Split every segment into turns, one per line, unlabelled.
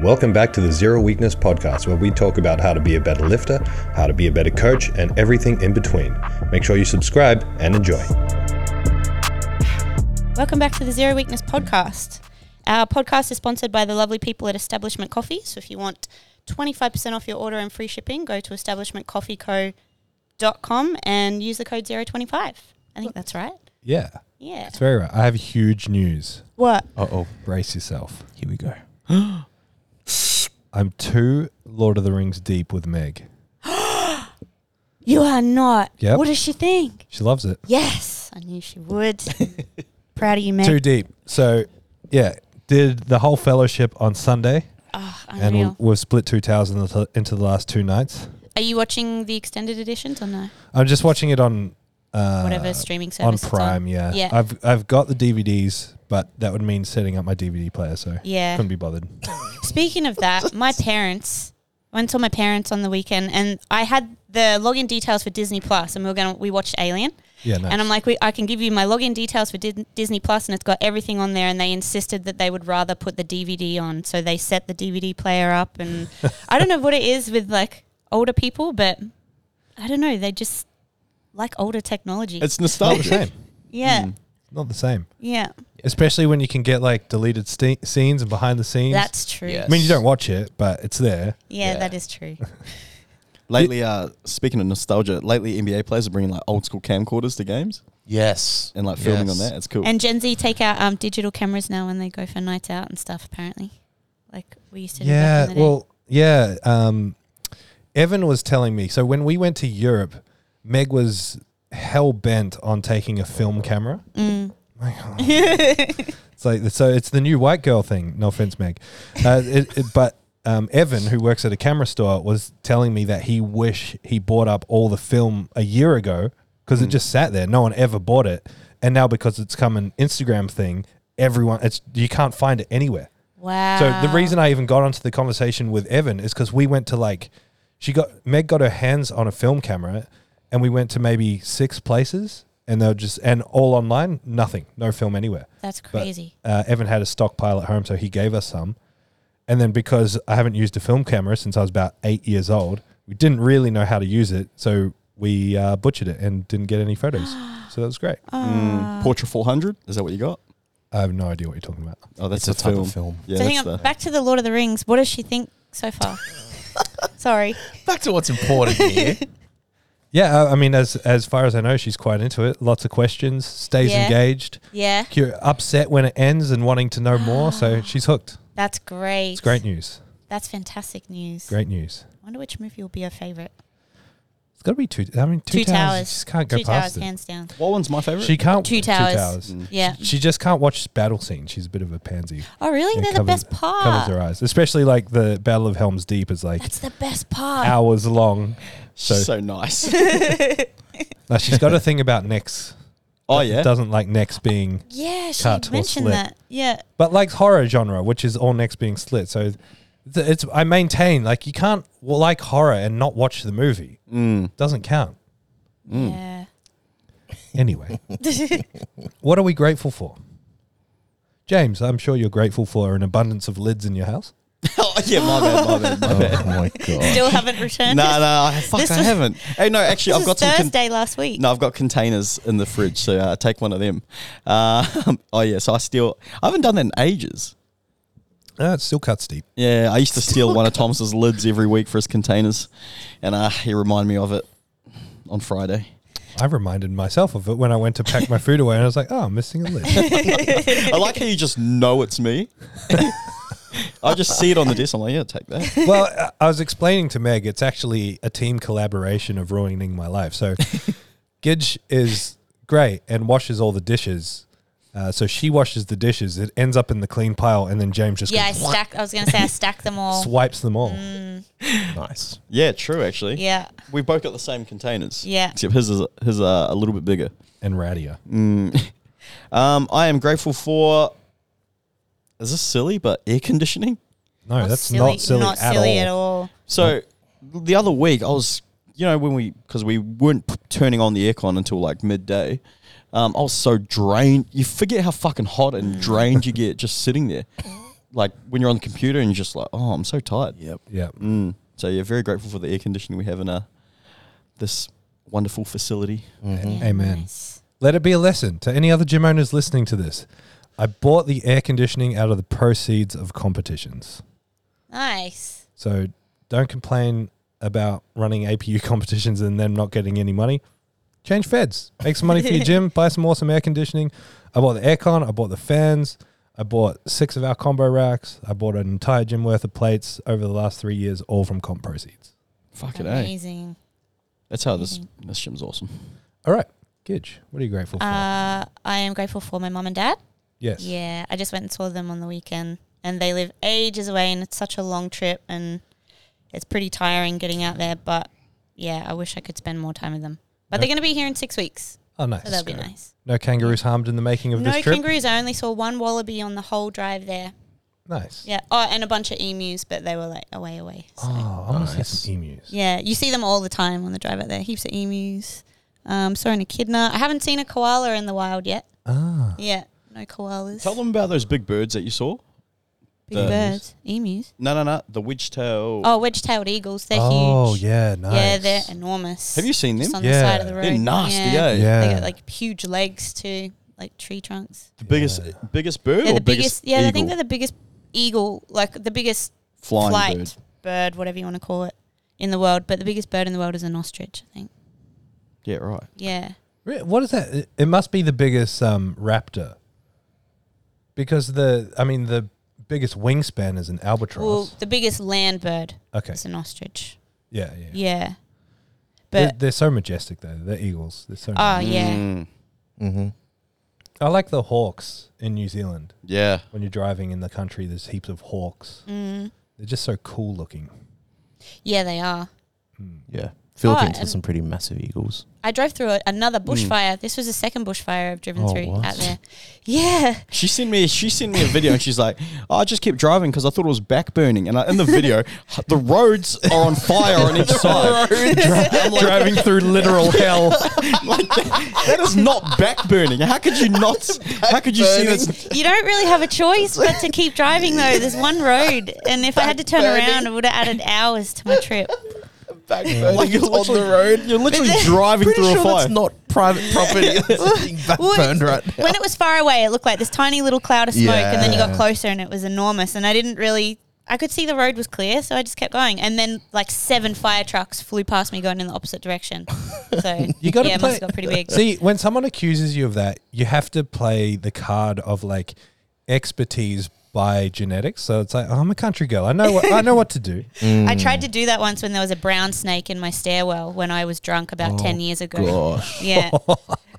Welcome back to the Zero Weakness Podcast, where we talk about how to be a better lifter, how to be a better coach, and everything in between. Make sure you subscribe and enjoy.
Welcome back to the Zero Weakness podcast. Our podcast is sponsored by the lovely people at Establishment Coffee. So if you want 25% off your order and free shipping, go to establishmentcoffeeco.com and use the code 025. I think that's right.
Yeah.
Yeah.
It's very right. I have huge news.
What?
Uh oh,
Brace yourself.
here we go.
I'm two Lord of the Rings deep with Meg.
You are not.
Yep.
What does she think?
She loves it.
Yes. I knew she would. Proud of you, man.
Too deep. So, yeah, did the whole fellowship on Sunday,
Oh,
and
unreal.
we've split two towers in the- into the last two nights.
Are you watching the extended editions or no?
I'm just watching it on uh,
Whatever streaming
on
service. it's
Prime. Yeah,
Yeah.
I've I've got the DVDs, but that would mean setting up my DVD player, so
Yeah.
couldn't be bothered.
Speaking of that, my parents I went to my parents on the weekend, and I had the login details for Disney Plus, and we were gonna we watched Alien,
Yeah, nice.
and I'm like, we, I can give you my login details for Dis- Disney Plus, and it's got everything on there, and they insisted that they would rather put the DVD on, so they set the DVD player up, and I don't know what it is with like older people, but I don't know, they just like older technology.
It's mm.
not the
nostalgia.
same.
yeah,
Not the same.
yeah,
Especially when you can get like deleted ste- scenes and behind the scenes.
that's true.
Yeah.
I mean, you don't watch it, but it's there.
yeah,
Yeah.
that is true.
Lately, uh, speaking of nostalgia, lately NBA players are bringing like old school camcorders to games
Yes.
and like filming on
Yes.
that. It's cool.
And Gen Z take out um, digital cameras now when they go for nights out and stuff. Apparently, like we used to. do back
Yeah.
in the day.
Well, yeah. Um, Evan was telling me. So when we went to Europe, Meg was hell bent on taking a film camera. Like, oh. it's like so. It's the new white girl thing. No offense, Meg. Uh, it, it- but um, Evan, who works at a camera store, was telling me that he wish he bought up all the film a year ago because it just sat there. No one ever bought it, and now because it's come an Instagram thing, everyone it's you can't find it anywhere.
wow.
So the reason I even got onto the conversation with Evan is because we went to like, she got Meg got her hands on a film camera, and we went to maybe six places, and they're just and all online, nothing, no film anywhere.
that's
But,
crazy.
uh, Evan had a stockpile at home, so he gave us some. And then because I haven't used a film camera since I was about eight years old, we didn't really know how to use it, so we uh, butchered it and didn't get any photos. so that was great.
Uh,
Mm, Portra 400, is that what you got?
I have no idea what you're talking about.
Oh, that's
It's
the
a type
film.
of film.
Yeah,
so hang
that's
on,
the.
back to the Lord of the Rings. What does she think so far? Sorry.
Back to what's important here.
Yeah, I, I mean, as as far as I know, she's quite into it. Lots of questions, stays
Yeah.
engaged,
Yeah,
cu- upset when it ends, and wanting to know more. So she's hooked.
that's great.
It's great news.
That's fantastic news.
Great news.
Wonder which movie will be your favorite.
It's got to be two. I mean, two,
Two,
towers.
towers.
She just can't go
Two
past
towers, hands down.
What one's my favorite?
it. She can't.
Two towers. Mm.
Two towers.
Yeah.
She just can't watch battle scenes. She's a bit of a pansy.
Oh, really?
Yeah,
They're the
covers-
best part.
Covers her eyes, especially like the Battle of Helm's Deep is like
That's the best part.
hours long. So,
She's so nice.
Now, she's got a thing about necks.
oh, yeah.
Doesn't like necks being
Yeah, she
Cut or
mentioned
slit.
that. Yeah.
but like horror genre, which is all necks being slit. So th- it's I maintain like you can't well, like horror and not watch the movie. Doesn't count. Mm.
Yeah.
Anyway, what are we grateful for? James, I'm sure you're grateful for an abundance of lids in your house.
oh, yeah, my bad, my bad, my bad.
oh my god.
Still haven't returned.
Nah, nah, I- fuck,
This
I
was-
haven't. Hey, no, actually,
This
I've
is
got some. con-
Thursday last week.
No, I've got containers in the fridge, so uh, take one of them. Uh, oh yeah, so I steal. I haven't done that in ages.
Uh, it still cuts deep.
Yeah, I used to steal one of Thomas's lids every week for his containers, and uh, he reminded me of it on Friday.
I reminded myself of it when I went to pack my food away, and I was like, "Oh, I'm missing a lid."
I like how you just know it's me. I just see it on the desk. I'm like, yeah, take that.
well, I- I was explaining to Meg, it's actually a team collaboration of ruining my life. So, Gidge is great and washes all the dishes. Uh, so she washes the dishes. It ends up in the clean pile, and then James just
Yeah, I Mm.
goes
stack. I was gonna say I stack them all.
swipes them all.
Nice.
Yeah, true. Actually,
Yeah,
we both got the same containers.
Yeah.
except his is his uh, a little bit bigger.
And Radia,
Um, I am grateful for. Is this silly? But air conditioning.
no, that's not silly,
Not
at,
silly
all.
at all.
So the other week, I was, you know, when we, because we weren't p- turning on the aircon until like midday, Mm. um, I was so drained. You forget how fucking hot and drained you get just sitting there. like when you're on the computer and you're just like, oh, I'm so tired.
Yep.
Yeah.
Mm. So yeah, very grateful for the air conditioning we have in uh, this wonderful facility.
Yeah,
Mm-hmm. Amen.
nice.
Let it be a lesson to any other gym owners listening to this. I bought the air conditioning out of the proceeds of competitions.
Nice.
So don't complain about running APU competitions and them not getting any money. Change feds. Make some money for your gym. Buy some awesome air conditioning. I bought the aircon. I bought the fans. I bought six of our combo racks. I bought an entire gym worth of plates over the last three years, all from comp proceeds.
Fucking A.
Amazing.
That's how this this gym's awesome.
All right. Gidge, what are you grateful for?
Uh, I am grateful for my mum and dad.
yes.
Yeah, I just went and saw them on the weekend, and they live ages away, and it's such a long trip, and it's pretty tiring getting out there. But yeah, I wish I could spend more time with them. But they're
Yep.
going to be here in six weeks,
Oh, nice.
so that'll be nice.
No kangaroos harmed in the making of
No
this trip.
kangaroos. I only saw one wallaby on the whole drive there.
nice.
Yeah. Oh, and a bunch of emus, but they were like away, away. So.
Oh, I want to see
Nice.
some emus.
Yeah, you see them all the time on the drive out there. Heaps of emus. Um, saw an echidna. I haven't seen a koala in the wild yet.
Ah,
Yeah, no koalas.
Tell them about those big birds that you saw.
Big
the-
birds, emus.
No, no, no. The wedge tail.
Oh, wedge-tailed eagles. They're
oh
huge.
yeah, nice.
Yeah, they're enormous.
Have you seen
Just
them?
on
Yeah.
the side of the road.
They're nasty, eh?
Yeah.
They got like huge legs too, like tree trunks.
The biggest
Yeah.
biggest bird
They're
or
the biggest. Yeah, I think
eagle?
they're the biggest eagle, like the biggest
flying
flight
bird.
bird, whatever you want to call it, in the world. But the biggest bird in the world is an ostrich, I think.
Yeah, right.
Yeah.
Re- What is that? It- It must be the biggest um, raptor, because the I mean the biggest wingspan is an albatross.
Well, the biggest land bird
okay,
is an ostrich.
yeah, yeah.
Yeah.
they're,
But
they're so majestic though. They're eagles. They're so.
oh yeah,
Mm.
Mm-hmm.
I like the hawks in New Zealand.
Yeah.
When you're driving in the country, there's heaps of hawks.
mm.
They're just so cool looking.
yeah they are.
Mm.
Yeah. Philippines
and-
has some pretty massive eagles.
I drove through a, another bushfire. This was the second bushfire I've driven
Oh,
through
what?
out there. Yeah.
She sent me. She sent me a video, and she's like, "I just kept driving because I thought it was back burning." And I, in the video, the roads are on fire on each side. I'm like,
driving through literal hell.
like, that- that is not back burning. How could you not? How could you see this?
You don't really have a choice but to keep driving though. There's one road, and if I had to turn around, it would have added hours to my trip.
Back like
you're
on
literally-
the road.
You're literally driving
Pretty
through
sure
a fire.
that's not private property. That's being
Well,
backburned right now.
When it was far away, it looked like this tiny little cloud of smoke, and then you got
Yeah.
closer, and it was enormous. And I didn't really. I could see the road was clear, so I just kept going. And then, like seven fire trucks flew past me, going in the opposite direction. So
You got to
yeah, it
play.
must have got pretty big.
See, when someone accuses you of that, you have to play the card of like expertise by genetics. So it's like, oh, I'm a country girl. I know what I know what to do.
I tried to do that once when there was a brown snake in my stairwell when I was drunk about ten years ago.
Gosh.
Yeah.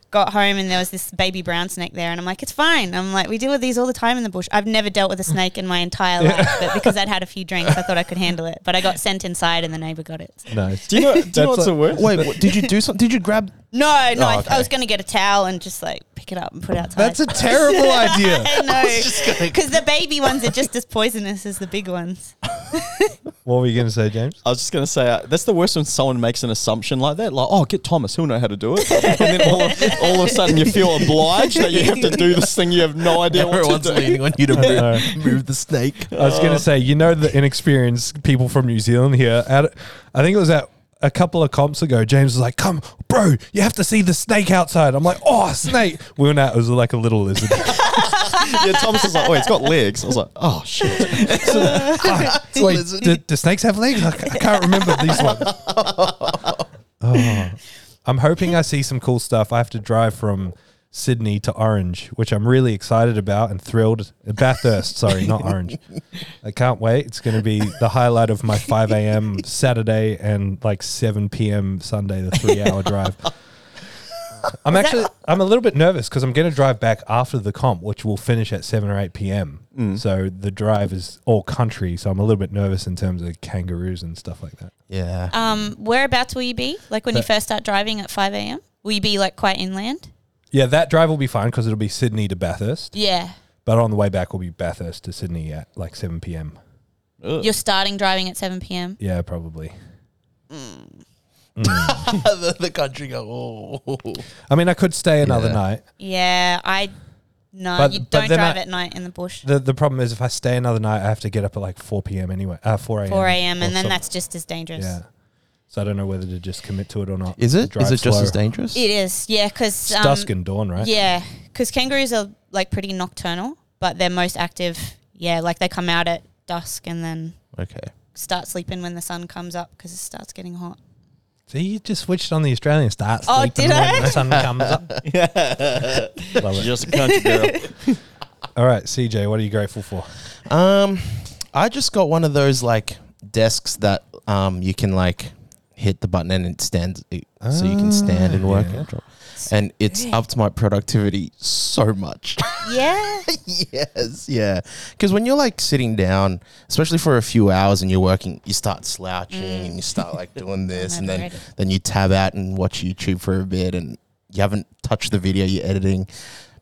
Got home and there was this baby brown snake there, and I'm like, it's fine. I'm like, we deal with these all the time in the bush. I've never dealt with a snake in my entire life, but because I'd had a few drinks, I thought I could handle it. But I got sent inside, and the neighbor got it.
Nice.
Do you know? Do you know what's
That's
the worst?
Wait, what, did you do something? Did you grab?
No, no,
Oh,
I, I
okay.
was going to get a towel and just like pick it up and put it outside.
That's a terrible idea.
I
just
know,
gonna-
because the baby ones are just as poisonous as the big ones.
What were you going to say, James?
I was just gonna say uh, that's the worst when someone makes an assumption like that, like, "Oh, get Thomas; he'll know how to do it." And then all of, all of a sudden, you feel obliged that you have to do this thing you have no idea what
Everyone's
to do.
leaning on you to
know.
move, move the snake.
I was going to say, you know, the inexperienced people from New Zealand here. At, I think it was at a couple of comps ago. James was like, "Come, bro, you have to see the snake outside." I'm like, "Oh, snake!" We went out. It was like a little lizard.
Yeah, Thomas is like, "Wait, it's got legs." I was like, "Oh shit!"
It's like, do, do snakes have legs? I, ca- I can't remember these ones. Oh. I'm hoping I see some cool stuff. I have to drive from Sydney to Orange, which I'm really excited about and thrilled. Uh, Bathurst, sorry, not Orange. I can't wait. It's going to be the highlight of my 5 a.m. Saturday and like 7 p.m. Sunday, the three hour drive. I'm actually I'm a little bit nervous because I'm going to drive back after the comp, which will finish at seven or eight p.m.
Mm.
So the drive is all country, so I'm a little bit nervous in terms of kangaroos and stuff like that.
Yeah.
Um, whereabouts will you be? Like when you
But-
first start driving at five a.m. Will you be like quite inland?
Yeah, that drive will be fine because it'll be Sydney to Bathurst,
Yeah,
but on the way back will be Bathurst to Sydney at like seven p.m.
Ugh.
you're starting driving at seven p.m.
Yeah, probably.
the, the country "Oh." go. Oh.
I mean, I could stay another
Yeah.
night.
Yeah, I No,
But-
you
but
don't
then
drive
I-
at night in the bush.
The the problem is if I stay another night, I have to get up at like four p.m. anyway, uh, four a.m.
4 a.m.
or
and then
some-
that's just as dangerous.
yeah. So I don't know whether to just commit to it or not.
Is it? Is
Drive
it just
slow.
as dangerous?
It is, yeah, because
It's dusk and dawn, right?
Yeah, because kangaroos are like pretty nocturnal, but they're most active. Yeah, like they come out at dusk and then
Okay.
start sleeping when the sun comes up because it starts getting hot.
See, you just switched on the Australian start.
Oh, did
sleeping when
I?
The sun comes up. Love it.
Just a country girl.
All right, CJ, what are you grateful for?
Um, I just got one of those like desks that um you can like hit the button and it stands, it, so you can stand and work.
yeah.
And it's
Good.
upped my productivity so much.
Yeah,
yes, yeah. Because when you're like sitting down, especially for a few hours, and you're working, you start slouching and you start like doing this, and then
Elaborate.
then you tab out and watch YouTube for a bit, and you haven't touched the video you're editing.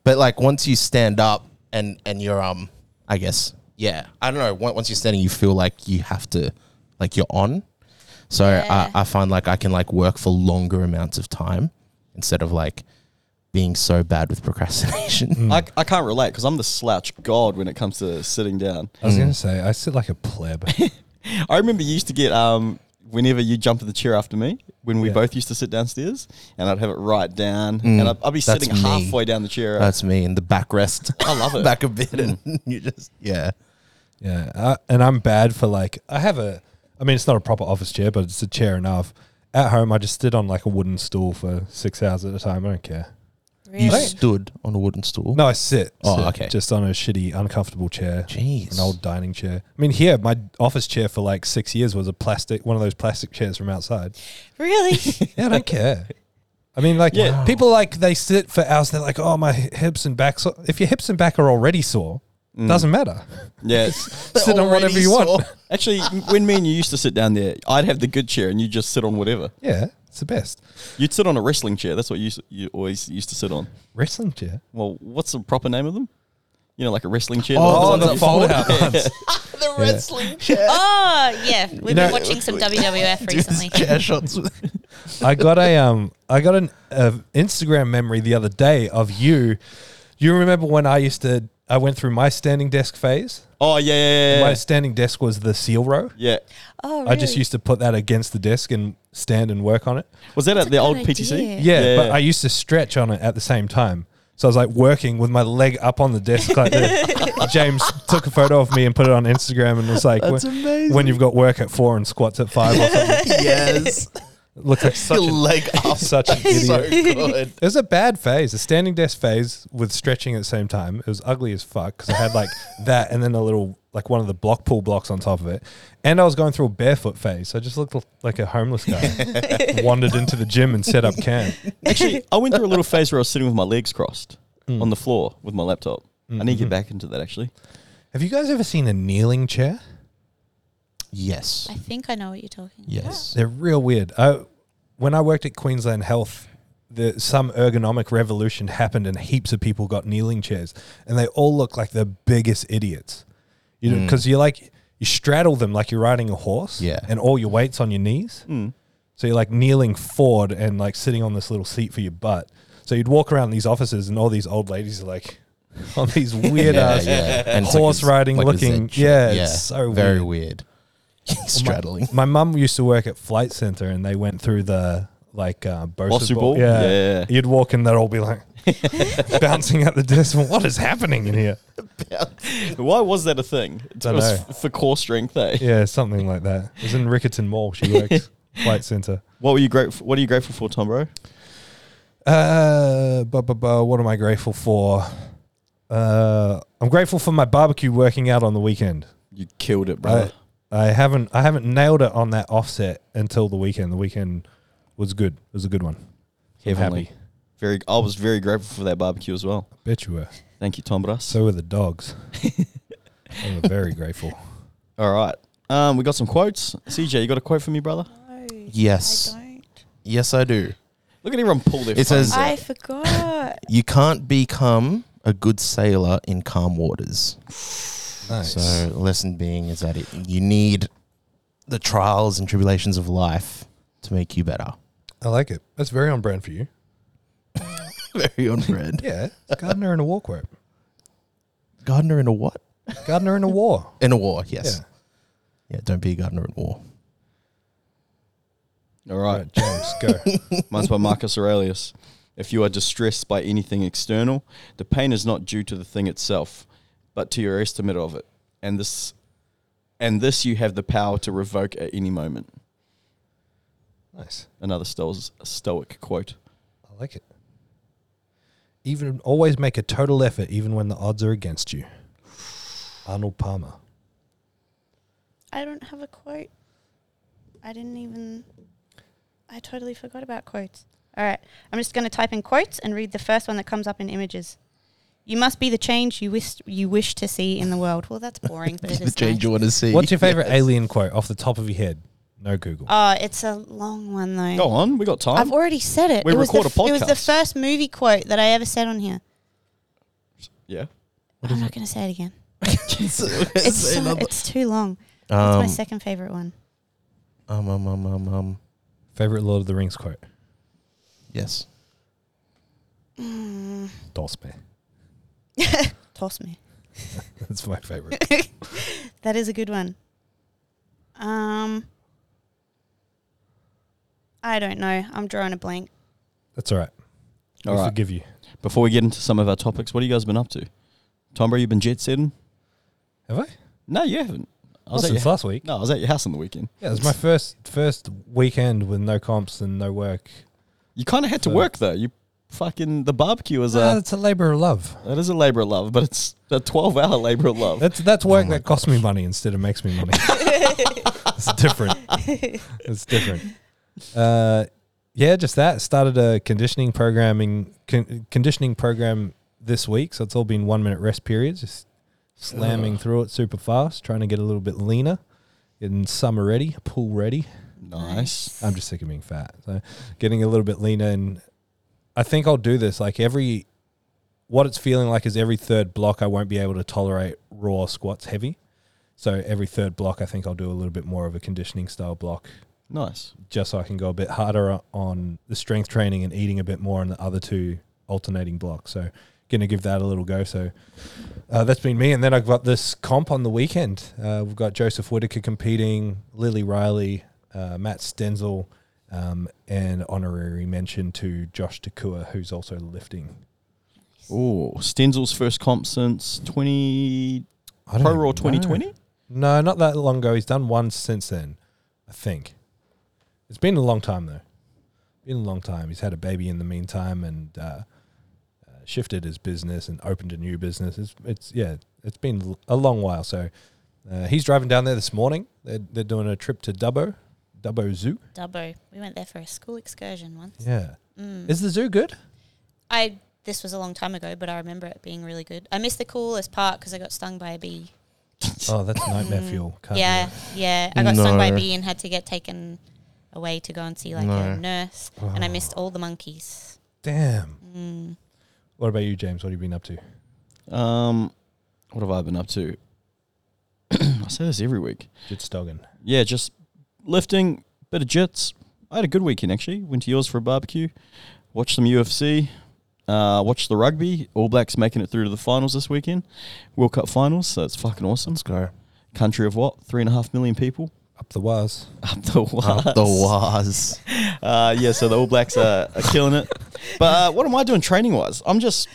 But like once you stand up and and you're um, I guess yeah, I don't know. on- Once you're standing, you feel like you have to, like you're on. So
Yeah.
I, I find like I can like work for longer amounts of time instead of like being so bad with procrastination.
I, I can't relate because I'm the slouch god when it comes to sitting down.
I
Mm.
was going to say, I sit like a pleb.
I remember you used to get um whenever you jump in the chair after me when we
Yeah.
both used to sit downstairs and I'd have it right down and I'd, I'd be
Hmm. that's
sitting
me.
halfway down the chair.
That's me in the backrest.
I love it. Mm.
Back a bit, and you just yeah.
Yeah, I, and I'm bad for like I have a. I mean, it's not a proper office chair, but it's a chair enough. At home, I just sit on like a wooden stool for six hours at a time. I don't care.
You
really.
stood on a wooden stool.
No, I sit.
Oh,
sit,
okay.
Just on a shitty, uncomfortable chair.
Jeez.
An old dining chair. I mean, here my office chair for like six years was a plastic, one of those plastic chairs from outside.
Really?
Yeah, I don't care. I mean, like
Yeah.
people like they sit for hours. They're like, "Oh, my hips and back." So if your hips and back are already sore, doesn't matter.
yeah. it's-
sit on whatever you want.
Actually, when me and you used to sit down there, I'd have the good chair and you just sit on whatever.
Yeah, it's the best
You'd sit on a wrestling chair. That's what you s- you always used to sit on.
wrestling chair.
Well, what's the proper name of them? You know, like a wrestling chair.
Oh,
that
the
folds up.
fold out ones.
the wrestling chair.
oh yeah, we've
know-
been watching some WWF recently.
chair shots.
I got a um, I got an uh, Instagram memory the other day of you. You remember when I used to? I went through my standing desk phase.
Oh yeah, yeah, yeah,
My
yeah.
standing desk was the seal row.
yeah.
Oh, really?
I just used to put that against the desk and stand and work on it.
Was that at the
a
old
good
PTC?
idea.
Yeah, but
Yeah.
I used to stretch on it at the same time. So I was like working with my leg up on the desk like this. James took a photo of me and put it on Instagram and was like,
That's
"When-
amazing.
when you've got work at four and squats at five or something.
yes,
It Looks like such
your
an,
leg up.
such an idiot.
so good.
It was a bad phase, a standing desk phase with stretching at the same time. It was ugly as fuck because I had like that and then a little like one of the block pull blocks on top of it, and I was going through a barefoot phase. So I just looked l- like a homeless guy wandered into the gym and set up camp.
Actually, I went through a little phase where I was sitting with my legs crossed
Mm.
on the floor with my laptop. I need to get
Mm-hmm.
back into that actually.
Have you guys ever seen a kneeling chair?
Yes,
I think I know what you're talking.
yes.
They're real weird. I, when I worked at Queensland Health, the, some ergonomic revolution happened and heaps of people got kneeling chairs, and they all look like the biggest idiots. You know, because you like you straddle them like you're riding a horse,
Yeah.
and all your weight's on your knees. So you're like kneeling forward and like sitting on this little seat for your butt. So you'd walk around these offices, and all these old ladies are like on these weird ass.
And it's
Horse
a z-
riding
a
looking-
Z shape.
yeah, it's so
very weird. Straddling.
My mum used to work at Flight Center, and they went through the like uh, Bosu
Bosu
ball.
ball? Yeah.
you'd walk in, they'd all be like bouncing at the desk. What is happening in here?
Why was that a thing? It
Dunno.
was f- for core strength, eh?
Yeah, something like that. It was in Rickerton Mall. She worked Flight Center.
What were you grateful? What are you grateful for, Tom, bro?
Uh, bu- bu- bu- what am I grateful for? Uh, I'm grateful for my barbecue working out on the weekend.
You killed it, bro.
I, I haven't I haven't nailed it on that offset until the weekend. The weekend was good. It was a good one. I'm
Heavenly.
happy.
Very. I was very grateful for that barbecue as well.
Bet you were.
Thank you, Tom, bros.
So were the dogs. they were very grateful.
All right. Um, we got some quotes. CJ, you got a quote for me, brother?
Yes,
don't.
yes, I do.
Look at everyone pull their.
It
phones
says-
out.
I
forgot.
You can't become a good sailor in calm waters.
Nice.
So, lesson being is that it, you need the trials and tribulations of life to make you better.
I like it. That's very on brand for you.
Very on brand.
Yeah. It's gardener and a walk rope.
gardener in a what?
Gardener in a war.
In a war, yes.
Yeah.
Yeah, don't be a gardener in war.
All
All
right.
right, James, go.
Mine's by Marcus Aurelius. If you are distressed by anything external, the pain is not due to the thing itself, but to your estimate of it. And this and this you have the power to revoke at any moment.
nice.
Another stoic, stoic quote.
I like it. Even always make a total effort, even when the odds are against you. Arnold Palmer.
I don't have a quote. I didn't even. I totally forgot about quotes. All right. I'm just going to type in quotes and read the first one that comes up in images. You must be the change you wish you wish to see in the world. Well, that's boring. but it
the
is
change
nice.
you want to see.
What's your favorite
Yes.
alien quote off the top of your head? No Google.
Oh, it's a long one though.
Go on, we got time.
I've already said it.
We
it was the
record a
f- It was the
podcast.
first movie quote that I ever said on here.
yeah.
I'm not going to say it again. It's,
It's
so,
another-
it's too long. That's my
um,
second favorite one.
um, um, um, um, um,
favorite Lord of the Rings quote?
yes.
Mm,
Dospe.
toss me.
That's my favorite.
That is a good one. Um, I don't know. I'm drawing a blank.
That's all right.
All
we
right.
forgive you.
Before we get into some of our topics, what have you guys been up to? Tombo, you been jet setting?
Have I?
No, you haven't. I was,
Not
at your,
since last week.
no, I was at your house on the weekend.
Yeah, it was my first first weekend with no comps and no work.
You kind of had to
Fair.
work though. You fucking the barbecue is
Ah,
a
it's a labor of love.
that is a labor of love, but it's a twelve hour labor of love.
That's that's work that costs me money instead of makes me money. it's different. It's different. Uh, yeah, just that. Started a conditioning programming con- conditioning program this week, so it's all been one minute rest periods. Just slamming through it super fast, trying to get a little bit leaner, getting summer ready, pool ready.
Nice.
I'm just sick of being fat. So getting a little bit leaner and I think I'll do this. Like every what it's feeling like is every third block I won't be able to tolerate raw squats heavy. So every third block I think I'll do a little bit more of a conditioning style block
Nice.
just so I can go a bit harder o- on the strength training and eating a bit more on the other two alternating blocks. So going to give that a little go. So uh, that's been me. And then I've got this comp on the weekend. Uh, we've got Joseph Whitaker competing, Lily Riley, uh, Matt Stenzel, um, and honorary mention to Josh Takua, who's also lifting.
Oh, Stenzel's first comp since twenty
I don't
Pro Raw
know.
twenty twenty.
No, not that long ago. He's done one since then, I think. It's been a long time though. Been a long time. He's had a baby in the meantime and uh, uh, shifted his business and opened a new business. It's, it's yeah, it's been l- a long while. So uh, he's driving down there this morning. They're, they're doing a trip to Dubbo, Dubbo Zoo.
Dubbo. We went there for a school excursion once.
Yeah,
Mm.
is the zoo good?
I this was a long time ago, but I remember it being really good. I missed the coolest part because I got stung by a bee.
Oh, that's nightmare fuel. Can't do
Mm. yeah,
that.
yeah. I got stung by a
No.
bee and had to get taken away to go and see like
No.
a nurse, and I
Ah.
missed all the monkeys. Mm.
Damn. What about you, James? What have you been up to?
Um, what have I been up to? I say this every week.
Just stogging.
Yeah, just lifting, bit of jits. I had a good weekend actually. Went to yours for a barbecue, watched some UFC, uh, watched the rugby. All Blacks making it through to the finals this weekend, World Cup finals. So it's fucking awesome.
Let's go.
Country of what? Three and a half million people.
Up the wires.
Up the
Up the was.
Uh, yeah, so the All Blacks are, are killing it. But uh, what am I doing training wise? I'm just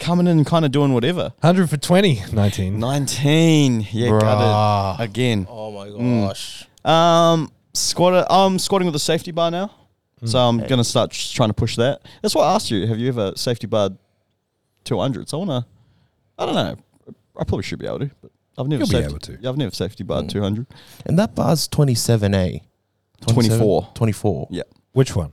coming in and kind of doing whatever.
100 for 20, 19.
19. Yeah,
Bruh.
got it. Again.
Oh my gosh.
Um, squat, I'm squatting with a safety bar now. So I'm going to start just trying to push that. That's why I asked you have you ever safety barred 200? So I want to, I don't know. I probably should be able to, but I've never,
You'll be
safety,
able to.
Yeah, I've never safety barred 200.
And that bar's 27A.
24.
24.
Yeah.
Which one?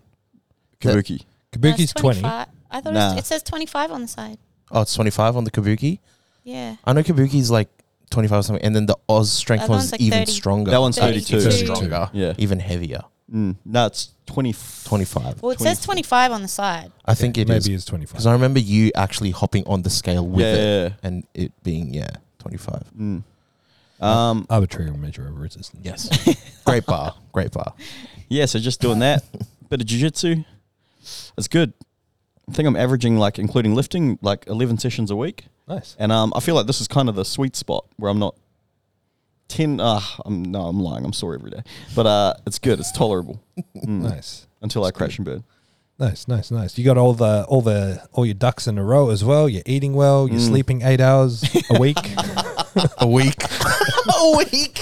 That-
Kabuki.
Kabuki's 20.
25. I thought it,
Nah.
was, it says 25 on the side.
Oh, it's 25 on the Kabuki.
Yeah.
I know Kabuki's like 25 or something. And then the Oz strength
That
one's
one's like
even
30.
stronger.
That one's 32.
32.
even
32.
stronger.
Yeah.
Even heavier.
Mm, no, it's 20,
25.
Well, it says 25 on the side.
I think it is.
Maybe it's 25.
Because I remember you actually hopping on the scale with
Yeah,
it
yeah, yeah.
and it being, yeah, 25.
Mm. Um,
Arbitrary measure of resistance.
Yes. great bar. Great bar.
yeah, so just doing that. Bit of jiu-jitsu. It's good. I think I'm averaging like including lifting like 11 sessions a week.
Nice.
And um, I feel like this is kind of the sweet spot where I'm not ten. Uh, I'm no, I'm lying. I'm sore every day, but uh, it's good. It's tolerable
Nice.
until I crash and burn.
Nice, nice, nice. You got all the all the all your ducks in a row as well. You're eating well.
Mm.
You're sleeping eight hours a week.
a week. a week.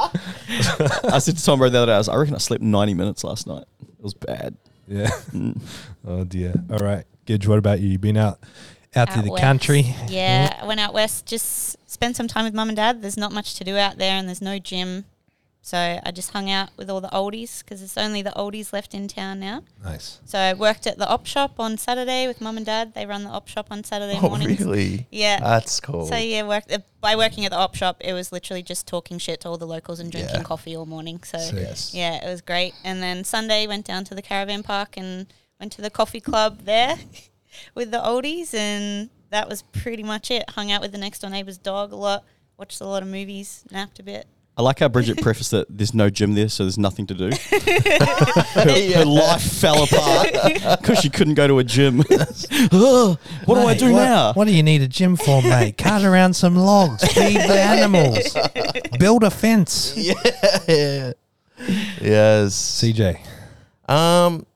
I said to Tom Brady the other day, I, was, I reckon I slept 90 minutes last night. It was bad.
yeah.
Mm.
Oh dear. All right, Gidge. What about you? You've been out out, to
Out
the
west.
country.
Yeah, I went out west, just spent some time with mum and dad. There's not much to do out there, and there's no gym. So I just hung out with all the oldies because it's only the oldies left in town now.
Nice.
So I worked at the op shop on Saturday with mum and dad. They run the op shop on Saturday
Oh,
mornings.
really?
Yeah.
That's cool.
So yeah, work, uh, by working at the op shop, it was literally just talking shit to all the locals and drinking
Yeah.
coffee all morning. So
Sick.
Yes.
yeah, it was great. And then Sunday went down to the caravan park and went to the coffee club there with the oldies, and that was pretty much it. Hung out with the next door neighbor's dog a lot, watched a lot of movies, napped a bit.
I like how Bridget prefaced that there's no gym there, so there's nothing to do. her, her life fell apart because she couldn't go to a gym. Ugh, what do I
Mate,
do now?
What do you need a gym for, mate? Cart around some logs, feed the animals, build a fence.
Yeah. yes.
CJ,
Um,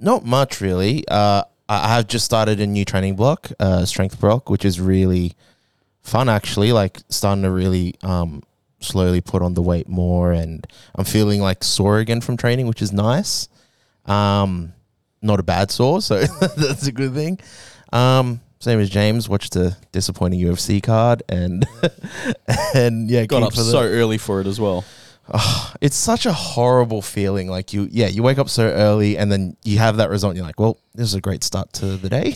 not much really. Uh, I I have just started a new training block, uh, strength block, which is really fun actually. Like starting to really um slowly put on the weight more, and I'm feeling like sore again from training, which is nice. Um, not a bad sore, so that's a good thing. Um, same as James, watched a disappointing UFC card, and and yeah,
Got
keen
up
for the-
so early for it as well.
it's such a horrible feeling. Like you, yeah, you wake up so early and then you have that result. And you're like, well, this is a great start to the day.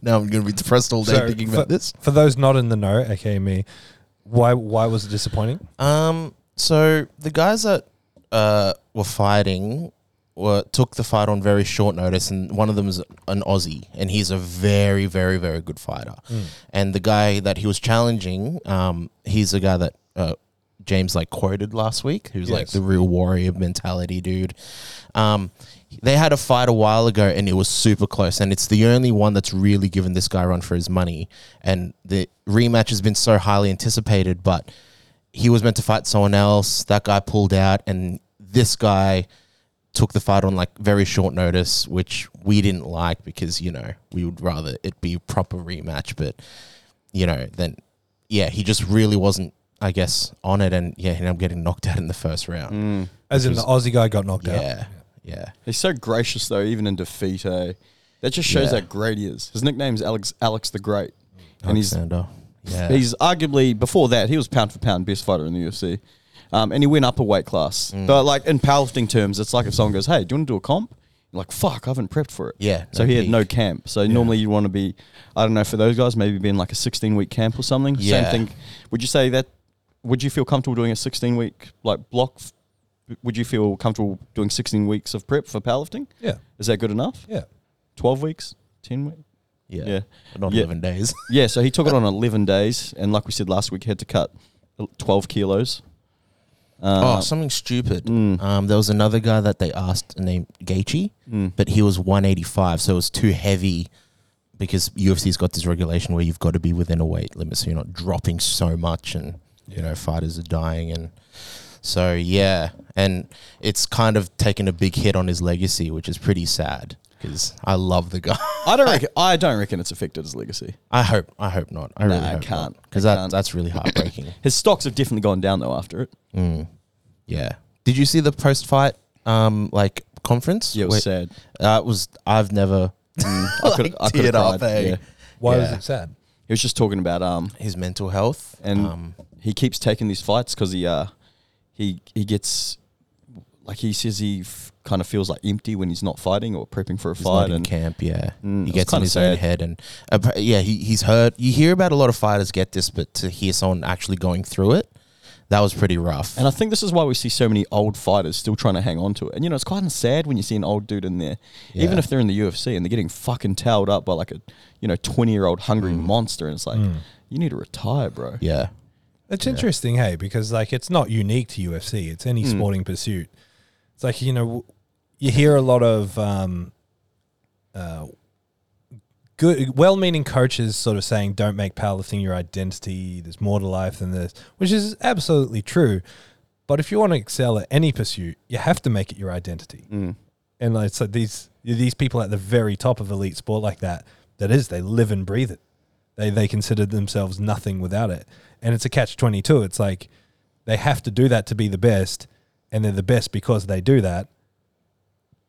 now I'm going to be depressed all day
So,
thinking
for-
about this.
for those not in the know, aka me, why why was it disappointing?
Um, so the guys that uh, were fighting were took the fight on very short notice, and one of them is an Aussie, and he's a very, very, very good fighter. And the guy that he was challenging, um, he's the guy that uh, James like quoted last week, who's like
Yes.
the real warrior mentality dude. Um, they had a fight a while ago, and it was super close, and it's the only one that's really given this guy a run for his money. And the rematch has been so highly anticipated, but he was meant to fight someone else. That guy pulled out, and this guy took the fight on like very short notice, which we didn't like because you know we would rather it be a proper rematch. But you know, then yeah, he just really wasn't, I guess, on it, and yeah, and I'm getting knocked out in the first round.
Mm,
As in the Aussie guy got knocked out.
Yeah, yeah,
He's so gracious though, even in defeat. Eh? That just shows
Yeah.
how great he is. His nickname's Alex Alex the Great, and he's
Alexander. uh, Yeah,
He's arguably before that he was pound for pound best fighter in the UFC, um, and he went up a weight class.
Mm.
But like in powerlifting terms, it's like if someone goes, "Hey, do you want to do a comp?" You're like, "Fuck, I haven't prepped for it."
Yeah,
So
no
he had
peak.
no camp. So normally you want to be, I don't know, for those guys maybe being like a 16 week camp or something.
Yeah.
Same thing. Would you say that? Would you feel comfortable doing a 16 week like block? f- Would you feel comfortable doing 16 weeks of prep for powerlifting?
Yeah.
Is that good enough?
Yeah.
12 weeks, 10 weeks.
yeah,
yeah.
not
Yeah.
eleven days.
Yeah, so he took it on 11 days, and like we said last week, had to cut 12 kilos. Uh,
oh, something stupid.
Mm.
Um, there was another guy that they asked named Gaethje,
Mm.
but he was 185, so it was too heavy because UFC's got this regulation where you've got to be within a weight limit, so you're not dropping so much, and you know fighters are dying, and so yeah, and it's kind of taken a big hit on his legacy, which is pretty sad because I love the guy.
I don't reckon. I don't reckon it's affected his legacy.
I hope, I hope not. I
Nah,
really
I
hope
can't.
because
I
that
can't.
that's really heartbreaking.
His stocks have definitely gone down though after it.
yeah. Did you see the post fight um like conference?
Yeah, it was
Wait-
sad.
That Uh, was I've never
I could. I could
teared up,
have
eh?
Yeah.
Why was
Yeah.
it sad?
He was just talking about um,
his mental health
and
um,
he keeps taking these fights because he uh, he he gets like he says he f- kind of feels like empty when he's not fighting or prepping for a
he's not
fight
in
and
camp. Yeah,
Mm,
he
it's
gets in
kinda
his own
sad.
head, and uh, pr- yeah, he, he's hurt. You hear about a lot of fighters get this, but to hear someone actually going through it, that was pretty rough.
And I think this is why we see so many old fighters still trying to hang on to it. And you know, it's quite sad when you see an old dude in there, even
Yeah.
if they're in the UFC and they're getting fucking towed up by like a you know twenty year old hungry monster. And it's like, you need to retire, bro.
Mm. yeah,
It's interesting, hey, because like it's not unique to UFC. It's any sporting pursuit. It's like you know, you hear a lot of um, uh, good, well-meaning coaches sort of saying, "Don't make powerlifting your identity. There's more to life than this," which is absolutely true. But if you want to excel at any pursuit, you have to make it your identity. And like so, these these people at the very top of elite sport like that, that is, they live and breathe it. They they consider themselves nothing without it, and it's a catch twenty two. It's like they have to do that to be the best, and they're the best because they do that.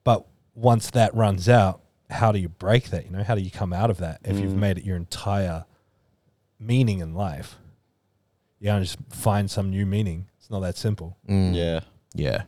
But once that runs out, how do you break that? You know, how do you come out of that if you've made it your entire meaning in life? You gotta just find some new meaning. It's not that simple.
Mm.
Yeah.
Yeah.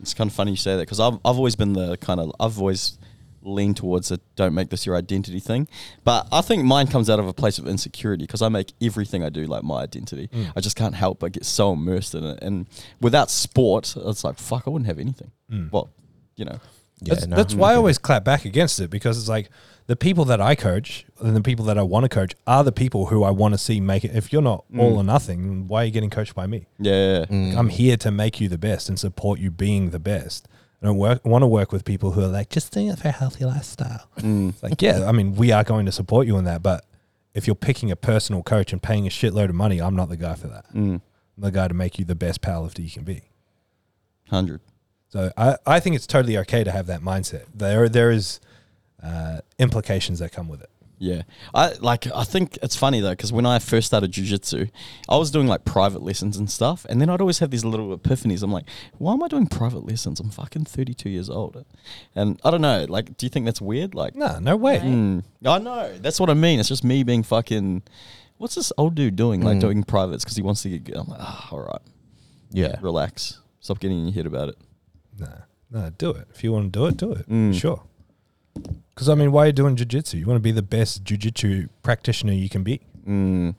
It's kind of funny you say that because I've, I've always been the kind of, I've always leaned towards the don't make this your identity thing. But I think mine comes out of a place of insecurity because I make everything I do like my identity. I just can't help but get so immersed in it. And without sport, it's like, fuck, I wouldn't have anything. Well, you know.
Yeah.
that's,
no,
that's
I'm
why I
with you.
always clap back against it because it's like the people that I coach and the people that I want to coach are the people who I want to see make it. If you're not
Mm.
all or nothing, why are you getting coached by me?
Yeah.
I'm here to make you the best and support you being the best. And I work, want to work with people who are like, just doing it for a healthy lifestyle.
Mm.
It's like, yeah, I mean, we are going to support you in that. But if you're picking a personal coach and paying a shitload of money, I'm not the guy for that.
Mm.
I'm the guy to make you the best powerlifter you can be.
100.
So I, I think it's totally okay to have that mindset. There there is uh, implications that come with it.
Yeah, I like. I think it's funny though because when I first started jujitsu, I was doing like private lessons and stuff, and then I'd always have these little epiphanies. I'm like, why am I doing private lessons? I'm fucking 32 years old, and I don't know. Like, do you think that's weird? Like,
No, no way.
mm, I know that's what I mean. It's just me being fucking. What's this old dude doing? Like doing privates because he wants to get. good." I'm like, ah, all right,
Yeah.
relax. Stop getting in your head about it.
No, no, do it. If you want to do it, do it.
Mm.
Sure. Because I mean, why are you doing jujitsu? You want to be the best jujitsu practitioner you can be.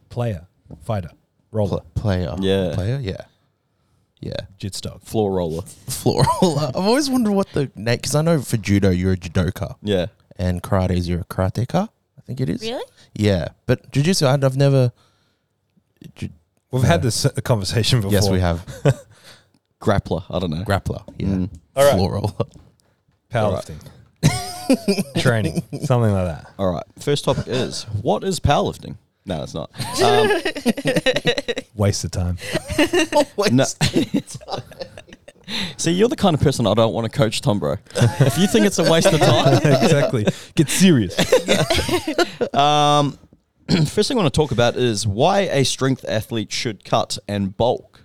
Player, fighter, roller,
Mm. Pl- player.
Yeah.
Player. Yeah. Yeah.
jit stock.
Floor roller.
Floral. I've always wondered what the name because I know for judo you're a judoka
Yeah.
and karate is you're a karateka. I think it is.
Really?
Yeah, but jujitsu I'd- I've never. Ju-
We've had this uh, conversation before.
yes, we have
Grappler. I don't know.
grappler. Yeah.
Mm.
All right.
Floral.
Powerlifting, training, something like that.
All right. First topic is what is powerlifting? No, it's not. Um,
Waste of time.
No. See, you're the kind of person I don't want to coach, Tom, bro. if you think it's a waste of time,
exactly. Get serious.
first thing I want to talk about is why a strength athlete should cut and bulk.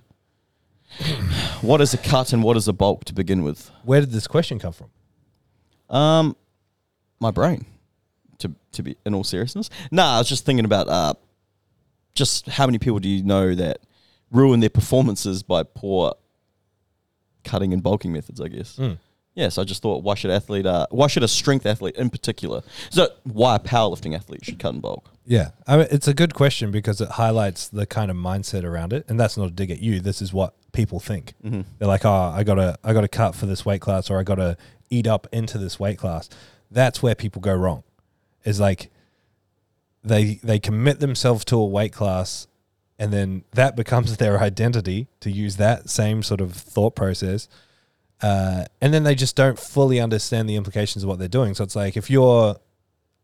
what is a cut and what is a bulk to begin with?
Where did this question come from?
Um, my brain, to to be in all seriousness. Nah, I was just thinking about uh, just how many people do you know that ruin their performances by poor cutting and bulking methods? I guess. Yes, I just thought why should athlete uh, why should a strength athlete in particular so why a powerlifting athlete should cut and bulk?
Yeah, I mean, it's a good question because it highlights the kind of mindset around it, and that's not a dig at you. This is what people think. They're like, "Oh, I gotta, I gotta cut for this weight class, or I gotta eat up into this weight class." That's where people go wrong. Is like they they commit themselves to a weight class, and then that becomes their identity. To use that same sort of thought process, uh, and then they just don't fully understand the implications of what they're doing. So it's like if you're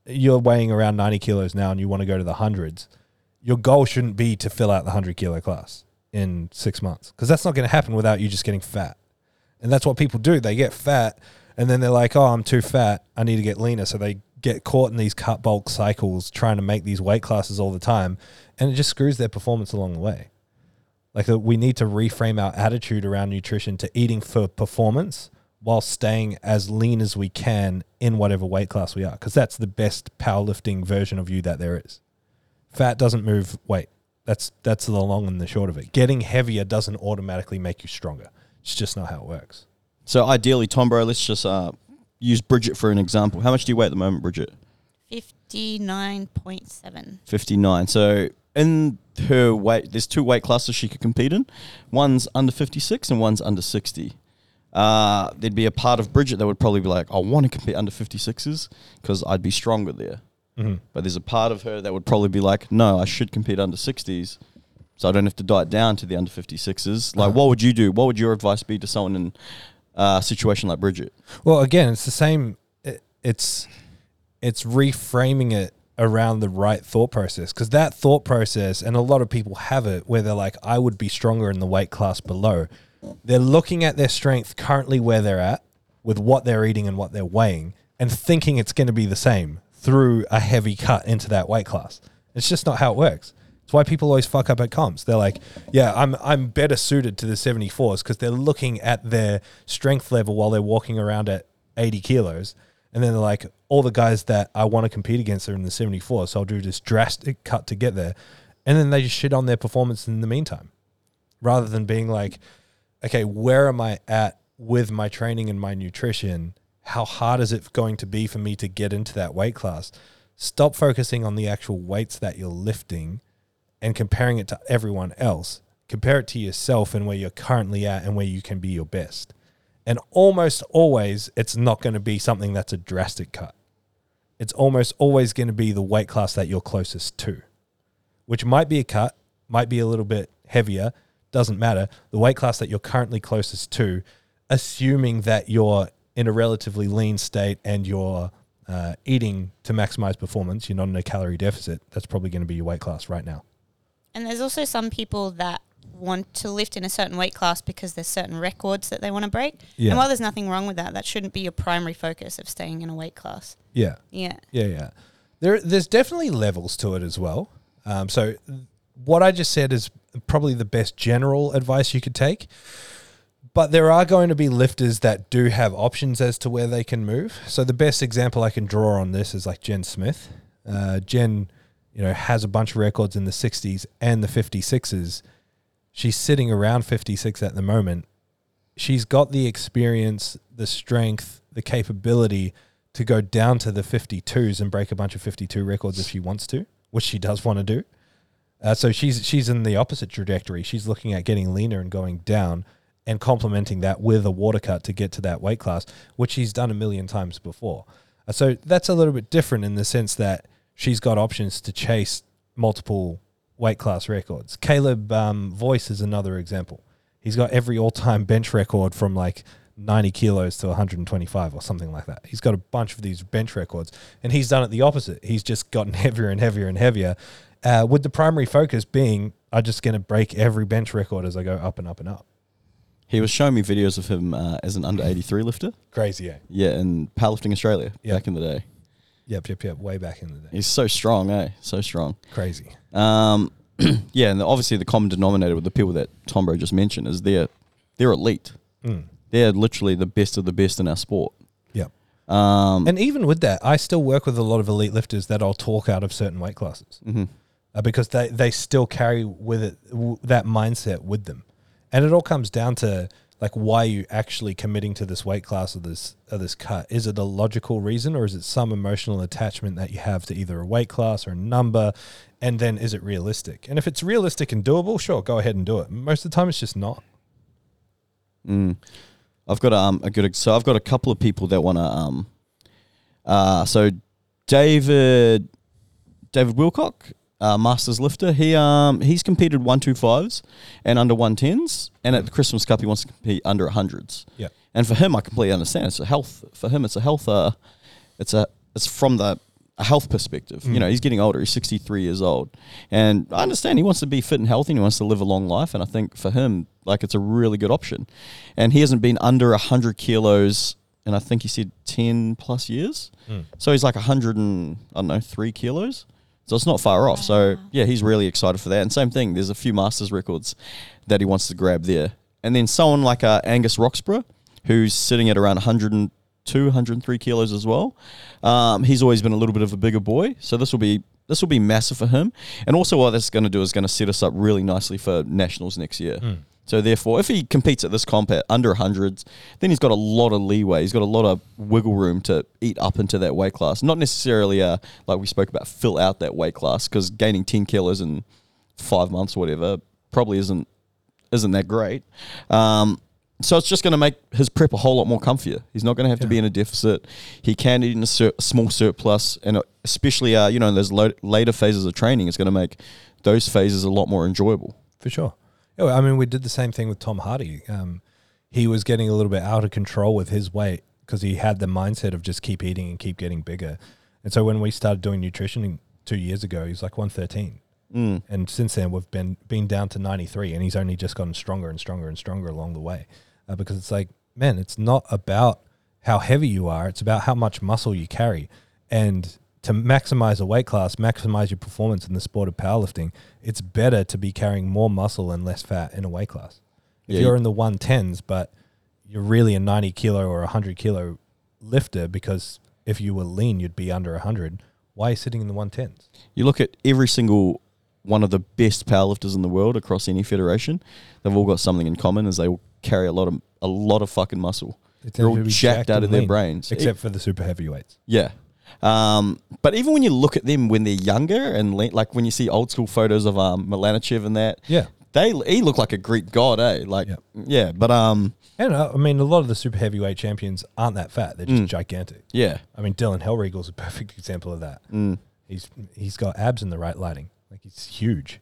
you're weighing around 90 kilos now and you want to go to the hundreds, your goal shouldn't be to fill out the 100 kilo class in six months because that's not going to happen without you just getting fat. And that's what people do. They get fat and then they're like, oh, I'm too fat. I need to get leaner. So they get caught in these cut bulk cycles trying to make these weight classes all the time. And it just screws their performance along the way. Like uh, we need to reframe our attitude around nutrition to eating for performance while staying as lean as we can in whatever weight class we are because that's the best powerlifting version of you that there is. Fat doesn't move weight. That's that's the long and the short of it. Getting heavier doesn't automatically make you stronger. It's just not how it works.
So ideally, Tom, bro, let's just uh, use Bridget for an example. How much do you weigh at the moment, Bridget?
59.7.
59. So in her weight, there's two weight classes she could compete in. One's under 56 and one's under 60. Uh, there'd be a part of Bridget that would probably be like, I want to compete under 56s because I'd be stronger there. But there's a part of her that would probably be like, no, I should compete under 60s so I don't have to diet down to the under 56s. Like, what would you do? What would your advice be to someone in uh, a situation like Bridget?
Well, again, it's the same. It, it's it's reframing it around the right thought process because that thought process and a lot of people have it where they're like i would be stronger in the weight class below they're looking at their strength currently where they're at with what they're eating and what they're weighing and thinking it's going to be the same through a heavy cut into that weight class it's just not how it works it's why people always fuck up at comps. They're like, yeah, I'm I'm better suited to the 74s because they're looking at their strength level while they're walking around at 80 kilos. And then they're like, all the guys that I want to compete against are in the 74s, so I'll do this drastic cut to get there. And then they just shit on their performance in the meantime rather than being like, okay, where am I at with my training and my nutrition? How hard is it going to be for me to get into that weight class? Stop focusing on the actual weights that you're lifting and comparing it to everyone else. Compare it to yourself and where you're currently at and where you can be your best. And almost always, it's not going to be something that's a drastic cut. It's almost always going to be the weight class that you're closest to which might be a cut, might be a little bit heavier, doesn't matter. The weight class that you're currently closest to, assuming that you're in a relatively lean state and you're uh, eating to maximize performance, you're not in a calorie deficit, that's probably going to be your weight class right now.
And there's also some people that want to lift in a certain weight class because there's certain records that they want to break.
Yeah.
And while there's nothing wrong with that, that shouldn't be your primary focus of staying in a weight class.
Yeah.
Yeah.
Yeah, yeah. There, there's definitely levels to it as well. Um, so, what I just said is probably the best general advice you could take. But there are going to be lifters that do have options as to where they can move. So, the best example I can draw on this is like Jen Smith. Uh, Jen, you know, has a bunch of records in the 60s and the 56s. She's sitting around 56 at the moment she's got the experience, the strength, the capability to go down to the 52s and break a bunch of 52 records if she wants to, which she does want to do. Uh, so she's she's in the opposite trajectory. She's looking at getting leaner and going down and complementing that with a water cut to get to that weight class, which she's done a million times before. Uh, so that's a little bit different in the sense that she's got options to chase multiple weight class records. Caleb um, Voice is another example. He's got every all time bench record from like 90 kilos to 125 or something like that. He's got a bunch of these bench records and he's done it the opposite. He's just gotten heavier and heavier and heavier. Uh, with the primary focus being, I'm just going to break every bench record as I go up and up and up.
He was showing me videos of him uh, as an under 83 lifter.
Crazy, eh?
Yeah, in Powerlifting Australia
Yeah.
back in the day.
Yep, yep, yep. Way back in the day.
He's so strong, eh? So strong.
Crazy.
Um, yeah, and the, obviously the common denominator with the people that Tombo just mentioned is they're they're elite. They're literally the best of the best in our sport.
Yep.
Um,
And even with that, I still work with a lot of elite lifters that I'll talk out of certain weight classes uh, because they, they still carry with it w- that mindset with them. And it all comes down to like why are you actually committing to this weight class or this or this cut? Is it a logical reason or is it some emotional attachment that you have to either a weight class or a number? And then is it realistic? And if it's realistic and doable, sure, go ahead and do it. Most of the time, it's just not.
I've got um a good ex- so I've got a couple of people that want to um uh so David David Wilcock uh, Masters lifter he um he's competed one two fives and under one tens and at the Christmas Cup he wants to compete under hundreds
Yeah.
and for him I completely understand it's a health for him it's a health uh it's a it's from the a health perspective you know he's getting older he's 63 years old and I understand he wants to be fit and healthy and he wants to live a long life and I think for him like it's a really good option and he hasn't been under 100 kilos and I think he said 10 plus years so he's like 100 and I don't know 3 kilos so it's not far off so yeah he's really excited for that and same thing there's a few masters records that he wants to grab there and then someone like uh, Angus Roxburgh who's sitting at around 102, 103 kilos as well. Um, he's always been a little bit of a bigger boy, so this will be this will be massive for him. And also, what that's going to do is going to set us up really nicely for nationals next year. So therefore, if he competes at this comp at under 100s, then he's got a lot of leeway. He's got a lot of wiggle room to eat up into that weight class. Not necessarily uh, like we spoke about, fill out that weight class because gaining 10 kilos in five months or whatever probably isn't isn't that great. Um, so it's just going to make his prep a whole lot more comfier. He's not going to have to be in a deficit. He can eat in a sur- small surplus, and uh, especially uh, you know in those lo- later phases of training, it's going to make those phases a lot more enjoyable.
for sure. Yeah, well, I mean, we did the same thing with Tom Hardy. Um, he was getting a little bit out of control with his weight because he had the mindset of just keep eating and keep getting bigger. And so when we started doing nutrition in- two years ago, he was like 113.
Mm.
And since then, we've been, been down to 93, and he's only just gotten stronger and stronger and stronger along the way. Uh, because it's like, man, it's not about how heavy you are, it's about how much muscle you carry. And to maximize a weight class, maximize your performance in the sport of powerlifting, it's better to be carrying more muscle and less fat in a weight class. If
Yeah,
you're
you-
in the 110s, but you're really a 90 kilo or 100 kilo lifter, because if you were lean, you'd be under 100. Why are you sitting in the 110s?
You look at every single one of the best powerlifters in the world across any federation. They've all got something in common, is they all carry a lot of a lot of fucking muscle.
They tend
They're all
to be
jacked, out
and
of their
lean,
brains,
except for the super heavyweights.
Yeah. Um, but even when you look at them when they're younger and le- like when you see old school photos of um, Milanichev and that,
Yeah.
they he looked like a Greek god, eh? Like,
Yeah.
yeah. but um,
And uh, I mean, a lot of the super heavyweight champions aren't that fat; they're
Mm.
just gigantic.
yeah,
I mean, Dylan Hellregal's a perfect example of that. He's he's got abs in the right lighting, like he's huge.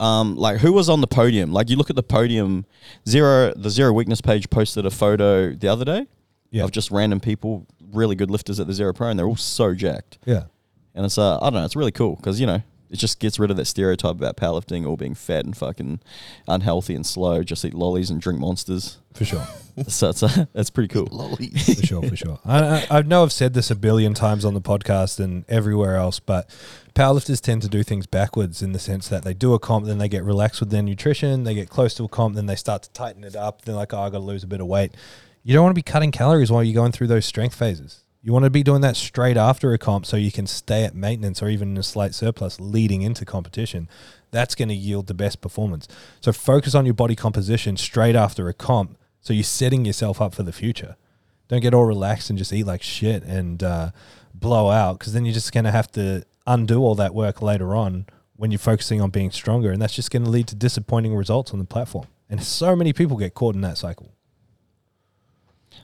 um, like who was on the podium? Like you look at the podium, zero the zero weakness page posted a photo the other day
Yeah.
of just random people, really good lifters at the zero pro, and they're all so jacked.
Yeah,
And it's uh, I don't know, it's really cool because you know it just gets rid of that stereotype about powerlifting all being fat and fucking unhealthy and slow, just eat lollies and drink monsters.
for sure,
so it's uh, that's pretty cool.
Lollies.
for sure, for sure. I, I I know I've said this a billion times on the podcast and everywhere else, but powerlifters tend to do things backwards in the sense that they do a comp, then they get relaxed with their nutrition, they get close to a comp, then they start to tighten it up. They're like, oh, I got to lose a bit of weight. You don't want to be cutting calories while you're going through those strength phases. You want to be doing that straight after a comp so you can stay at maintenance or even in a slight surplus leading into competition. That's going to yield the best performance. So focus on your body composition straight after a comp so you're setting yourself up for the future. Don't get all relaxed and just eat like shit and uh, blow out because then you're just going to have to undo all that work later on when you're focusing on being stronger. And that's just going to lead to disappointing results on the platform. And so many people get caught in that cycle.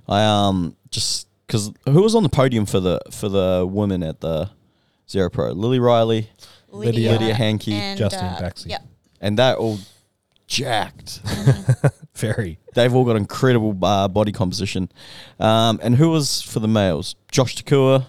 I um just because who was on the podium for the for the women at the zero pro? Lily Riley,
Lydia-
Lydia Hankey,
and, uh,
Justin Baxi.
Yep.
and they're all jacked.
Very.
They've all got incredible uh, body composition. Um, and who was for the males? Josh Takua,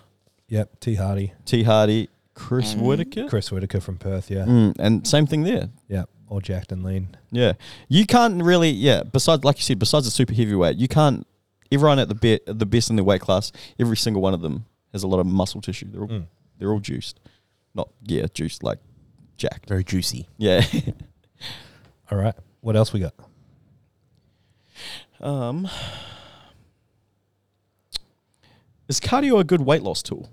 Yep. T. Hardy,
T Hardy, Chris Whitaker,
Chris Whitaker from Perth. Yeah.
Mm, and same thing there.
Yep. All jacked and lean.
Yeah, you can't really. Yeah, besides, like you said, besides the super heavyweight, you can't. Everyone at the be- the best in their weight class, every single one of them has a lot of muscle tissue. They're all
Mm.
they're all juiced, not yeah, juiced like jacked.
Very juicy.
Yeah.
All right. What else we got?
um, is cardio a good weight loss tool?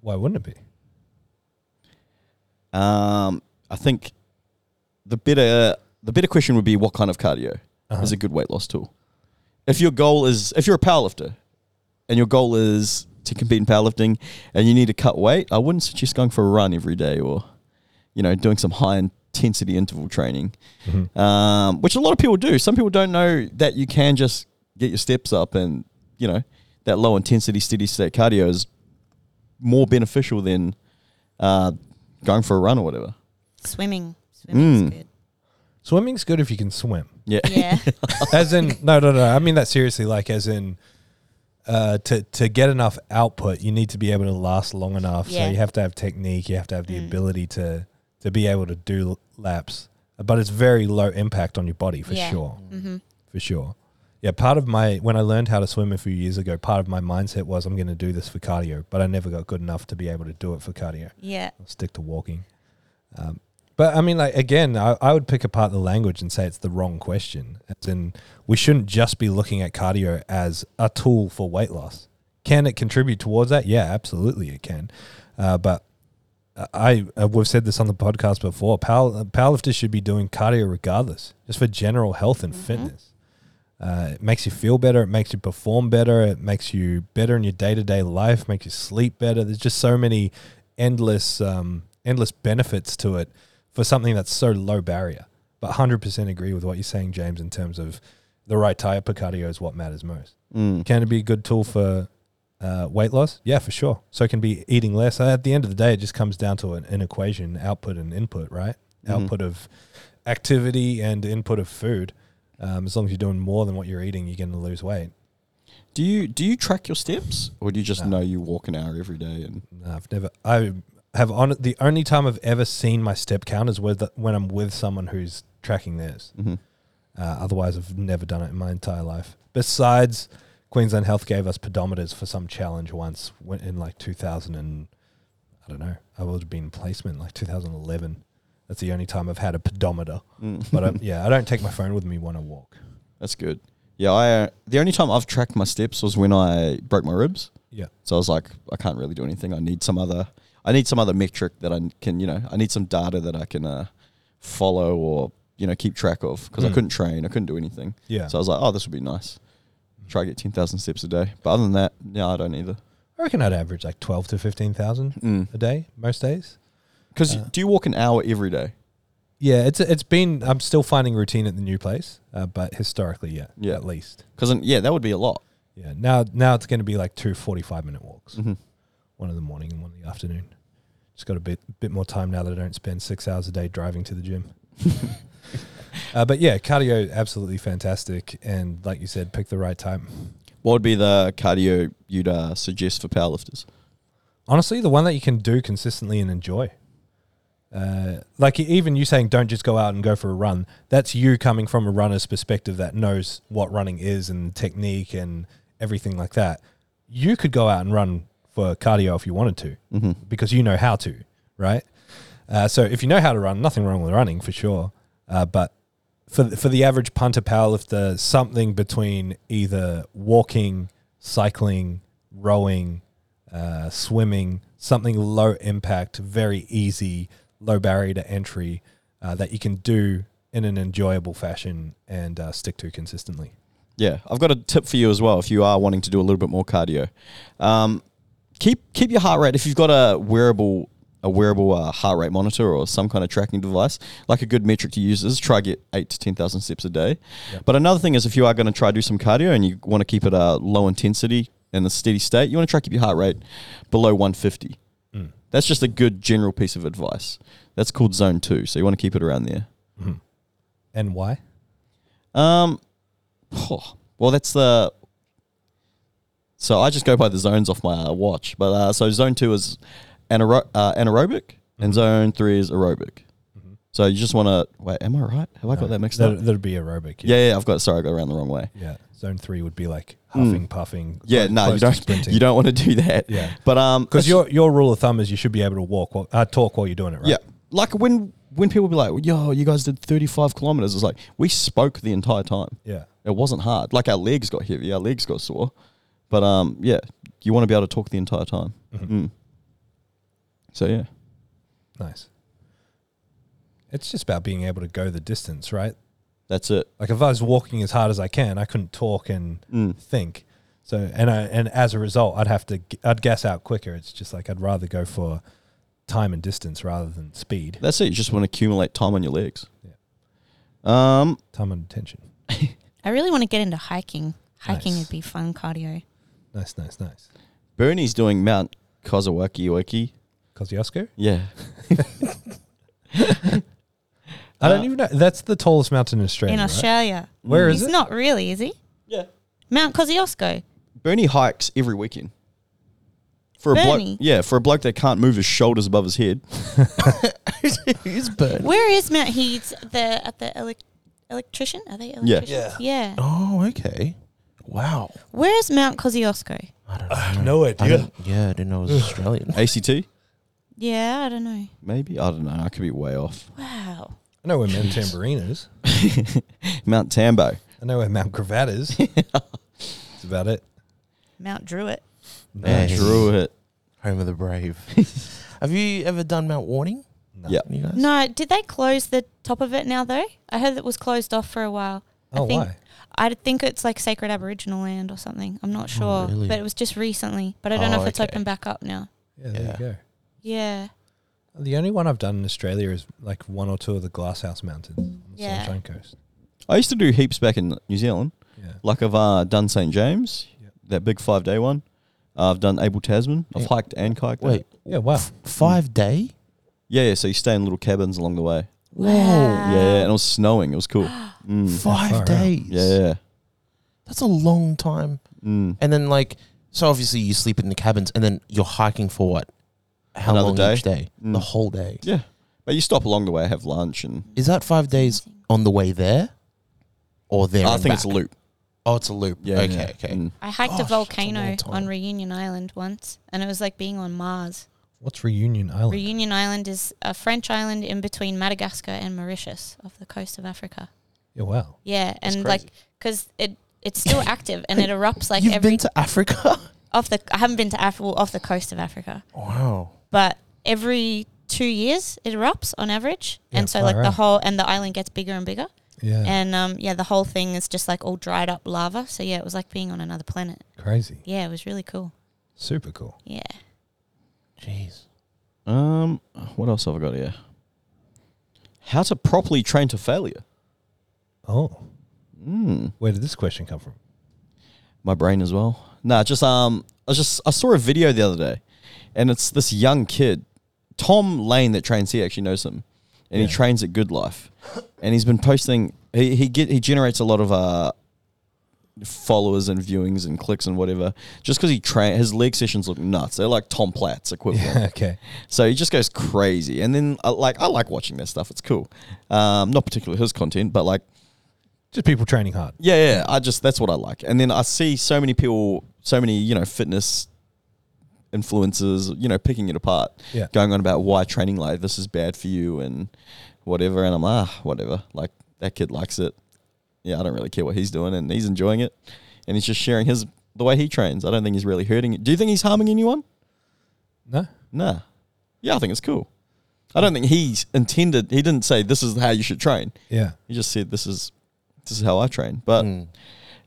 Why wouldn't it be?
Um, I think the better the better question would be what kind of cardio is a good weight loss tool. If your goal is if you're a powerlifter and your goal is to compete in powerlifting and you need to cut weight, I wouldn't suggest going for a run every day or you know doing some high intensity interval training, um, which a lot of people do. Some people don't know that you can just get your steps up and you know that low intensity steady state cardio is more beneficial than uh, going for a run or whatever.
Swimming. Swimming's
Mm.
good.
Swimming's good if you can swim.
Yeah.
Yeah.
as in no no no i mean that seriously like as in uh, to to get enough output you need to be able to last long enough
Yeah. Mm.
so you have to have technique you have to have the ability to to be able to do l- laps but it's very low impact on your body for
Yeah. Mm-hmm.
sure for sure yeah part of my when i learned how to swim a few years ago part of my mindset was i'm going to do this for cardio but i never got good enough to be able to do it for cardio
yeah.
I'll stick to walking. Um, but I mean, like again, I, I would pick apart the language and say it's the wrong question. As in, we shouldn't just be looking at cardio as a tool for weight loss. Can it contribute towards that? Yeah, absolutely, it can. Uh, but I uh, we've said this on the podcast before. Power, powerlifters should be doing cardio regardless, just for general health and fitness. Uh, it makes you feel better. It makes you perform better. It makes you better in your day to day life. Makes you sleep better. There's just so many endless, um, endless benefits to it for something that's so low barrier. But 100% agree with what you're saying, James, in terms of the right type of cardio is what matters most.
Mm.
Can it be a good tool for uh, weight loss? Yeah, for sure. So it can be eating less. Uh, At the end of the day, it just comes down to an, an equation output and input, right? Output of activity and input of food. Um, as long as you're doing more than what you're eating, you're going to lose weight.
Do you do you track your steps, or do you just know you walk an hour every day? And
No, I've never. I have on the only time I've ever seen my step count is with when I'm with someone who's tracking theirs. Uh, otherwise, I've never done it in my entire life. Besides, Queensland Health gave us pedometers for some challenge once when, in like 2000 and I don't know. I would have been placement like 2011. That's the only time I've had a pedometer. But I, yeah, I don't take my phone with me when I walk.
that's good. Yeah, I uh, the only time I've tracked my steps was when I broke my ribs.
Yeah,
So I was like, I can't really do anything. I need some other, I need some other metric that I can, you know, I need some data that I can uh, follow or you know keep track of because I couldn't train, I couldn't do anything.
Yeah.
So I was like, oh, this would be nice. Try to get ten thousand steps a day, but other than that, no, I don't either.
I reckon I'd average like 12 to 15,000 a day most days.
Because do you walk an hour every day?
Yeah, it's it's been. I'm still finding routine at the new place, uh, but historically, yeah,
Yeah.
at least,
Because yeah, that would be a lot.
yeah. Now now it's going to be like two 45 minute walks, one in the morning and one in the afternoon. Just got a bit bit more time now that I don't spend six hours a day driving to the gym. uh, but yeah, cardio absolutely fantastic, and like you said, pick the right time.
What would be the cardio you'd uh, suggest for powerlifters?
Honestly, the one that you can do consistently and enjoy. Uh, like even you saying, don't just go out and go for a run. That's you coming from a runner's perspective that knows what running is and technique and everything like that. You could go out and run for cardio if you wanted to, because you know how to, right? Uh, so if you know how to run, nothing wrong with running for sure. Uh, but for th- for the average punter powerlifter, something between either walking, cycling, rowing, uh, swimming, something low impact, very easy, low barrier to entry uh, that you can do in an enjoyable fashion and uh, stick to consistently.
Yeah, I've got a tip for you as well. If you are wanting to do a little bit more cardio, um, keep keep your heart rate. If you've got a wearable a wearable uh, heart rate monitor or some kind of tracking device, like a good metric to use is try get eight to ten thousand steps a day. But another thing is, if you are going to try do some cardio and you want to keep it uh, low intensity in a steady state, you want to try keep your heart rate below one fifty. That's just a good general piece of advice. That's called zone two, so you want to keep it around there.
And why?
Um, oh, well, that's the. So I just go by the zones off my uh, watch, but uh, so zone two is anaero- uh, anaerobic,
Mm-hmm.
and zone three is aerobic. So you just want to wait. Am I right? Have I got that mixed up?
That, that'd be aerobic.
yeah, yeah, I've got. Sorry, I got around the wrong way.
yeah. Zone three would be like huffing, puffing.
Hmm. Yeah,
close-
no, you
close to
don't.
sprinting.
You don't want to do that.
Yeah.
but um,
Because
you're.
your your rule of thumb is you should be able to walk, while, uh, talk while you're doing it, right?
Yeah. Like when when people be like, "Yo, you guys did 35 kilometers." It's like we spoke the entire time.
Yeah.
It wasn't hard. Like our legs got heavy, our legs got sore. But um yeah, you want to be able to talk the entire time. Mm. So yeah.
Nice. It's just about being able to go the distance, right?
That's it.
Like if I was walking as hard as I can, I couldn't talk and
Mm.
think. So and I and as a result, I'd have to g- I'd gas out quicker. It's just like I'd rather go for time and distance rather than speed,
That's it. You just want to accumulate time on your legs. Um
time and attention.
I really want to get into hiking. Hiking
Nice.
would be fun cardio.
Nice, nice, nice.
Bernie's doing Mount Kozawaki Oki.
Kosciuszko?
Yeah.
I don't even know. That's the tallest mountain in Australia.
Uh, In
right?
Australia.
Where is
He's
it?
not really, is he?
Yeah.
Mount Kosciuszko.
Bernie hikes every weekend. For a
Bernie?
bloke, yeah, for a bloke that can't move his shoulders above his head.
Who's Bert?
Where is Mount? He's the at the elec- electrician. Are they electricians? Yeah. yeah.
Oh, okay. Wow.
Where is Mount Kosciuszko?
No
I
idea.
didn't- yeah, I didn't know it was Australian.
ACT,
Yeah, I don't know.
maybe? I don't know. I could be way off.
Wow.
I know where Mount Tambourine is.
Mount Tambo.
I know where Mount Gravatt is. That's about it.
Mount Druitt.
Nice.
Drew it.
Home of the brave. Have you ever done Mount Warning?
No.
Yeah.
You guys?
No, did they close the top of it now though? I heard it was closed off for a while.
Oh,
I think,
why?
I think it's like sacred Aboriginal land or something. I'm not sure,
Oh, really?
but it was just recently. But I don't know
Oh,
if it's
okay.
open back up now.
Yeah, there
Yeah.
you go.
Yeah,
The only one I've done in Australia is like one or two of the Glasshouse Mountains on the
Yeah.
Sunshine Coast.
I used to do heaps back in New Zealand.
Yeah.
Like I've uh, done St. James,
Yep.
that big five day one. Uh, I've done Abel Tasman. I've
Yeah.
hiked and kiked.
Wait,
that.
Yeah, wow.
five day?
Yeah, yeah. So you stay in little cabins along the way.
Whoa. Ah.
Mm. Yeah, yeah. And it was snowing. It was cool.
Five
far out.
days.
Yeah, yeah.
That's a long time.
Mm.
And then like, so obviously you sleep in the cabins, and then you're hiking for what? How
Another
long
day?
each day?
Mm.
The whole day.
Yeah, but you stop along the way, have lunch, and
Is that five days on the way there, or there?
I
and
think it's a
back?
loop.
Oh, it's a loop.
Yeah.
okay.
yeah.
Okay.
Mm.
I hiked
Gosh,
a
that's a long
volcano
time.
on Reunion Island once, and it was like being on Mars.
What's Reunion Island?
Reunion Island is a French island in between Madagascar and Mauritius off the coast of Africa.
yeah, wow.
Yeah,
That's
and
crazy.
like because it it's still active and it erupts like
You've
every
been to Africa?
off the. I haven't been to Africa, well, off the coast of Africa,
wow.
but every two years it erupts on average,
Yeah,
and so
far
like the
out.
whole and the island gets bigger and bigger,
Yeah,
and um yeah the whole thing is just like all dried up lava. So yeah, it was like being on another planet.
crazy,
Yeah, it was really cool.
super cool.
Yeah,
Jeez.
Um, what else have I got here? How to properly train to failure?
Oh,
Mm.
where did this question come from?
my brain as well. Nah, just um, I was just I saw a video the other day, and it's this young kid, Tom Lane that trains here actually knows him, and he
Yeah.
trains at Good Life, and he's been posting. He he get he generates a lot of uh followers and viewings and clicks and whatever just because he train his leg sessions look nuts. They're like Tom Platt's equivalent.
Yeah, okay.
So he just goes crazy, and then uh, like I like watching that stuff. It's cool. Um, not particularly his content, but like
Just people training hard.
yeah, yeah. I just that's what I like. And then I see so many people, so many you know fitness influencers, you know, picking it apart,
Yeah.
going on about why training like this is bad for you and whatever. And I'm ah, whatever. Like that kid likes it. Yeah, I don't really care what he's doing, and he's enjoying it, and he's just sharing his the way he trains. I don't think he's really hurting. it. Do you think he's harming anyone?
No,
Nah. Yeah, I think it's cool. I don't think he's intended. He didn't say this is how you should train.
yeah,
He just said this is this is how I train. But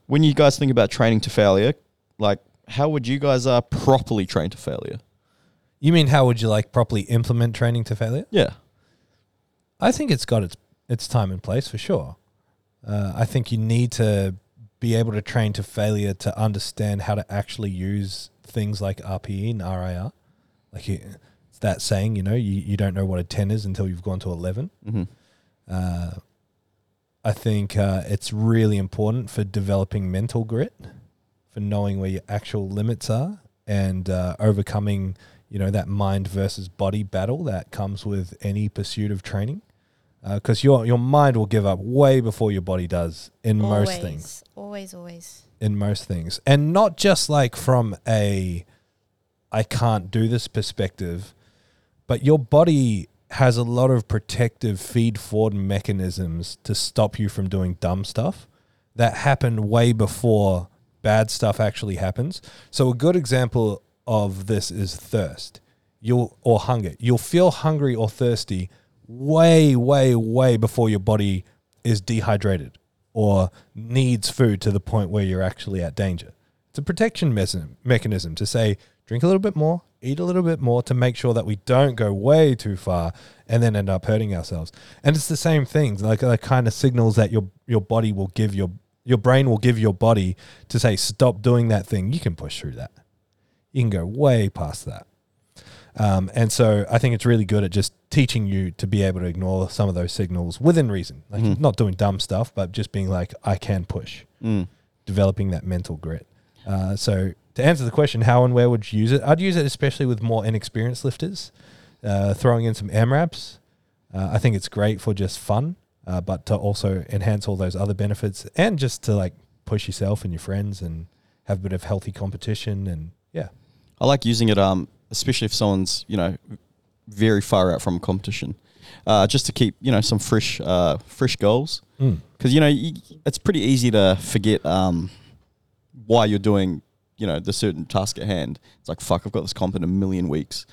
when you guys think about training to failure, like how would you guys uh properly train to failure?
you mean how would you like properly implement training to failure?
Yeah.
I think it's got its its time and place for sure. Uh, I think you need to be able to train to failure to understand how to actually use things like RPE and RIR. Like you, it's that saying, you know, you, you don't know what a 10 is until you've gone to 11.
Mm-hmm.
Uh, I think uh, it's really important for developing mental grit, for knowing where your actual limits are, and uh, overcoming, you know, that mind versus body battle that comes with any pursuit of training. Because your your mind will give up way before your body does in most things.
always, always.
In most things, and not just like from a I can't do this perspective, but your body has a lot of protective feed forward mechanisms to stop you from doing dumb stuff that happen way before bad stuff actually happens. So a good example of this is thirst. You'll or hunger. You'll feel hungry or thirsty way way way before your body is dehydrated or needs food to the point where you're actually at danger. It's a protection mechanism, mechanism to say, drink a little bit more, eat a little bit more to make sure that we don't go way too far and then end up hurting ourselves. And it's the same things, like the kind of signals that your your body will give your your brain will give your body to say, stop doing that thing. You can push through that. You can go way past that. Um, and so I think it's really good at just teaching you to be able to ignore some of those signals within reason, like not doing dumb stuff, but just being like, I can push
Mm.
developing that mental grit. Uh, so to answer the question, how and where would you use it? I'd use it especially with more inexperienced lifters, uh, throwing in some AMRAPs. Uh, I think it's great for just fun, uh, but to also enhance all those other benefits and just to like push yourself and your friends and have a bit of healthy competition and yeah,
I like using it um especially if someone's, you know, very far out from competition. Uh, just to keep, you know, some fresh uh fresh goals.
Mm.
Cuz you know, you, it's pretty easy to forget um why you're doing, you know, the certain task at hand. It's like fuck, I've got this comp in a million weeks.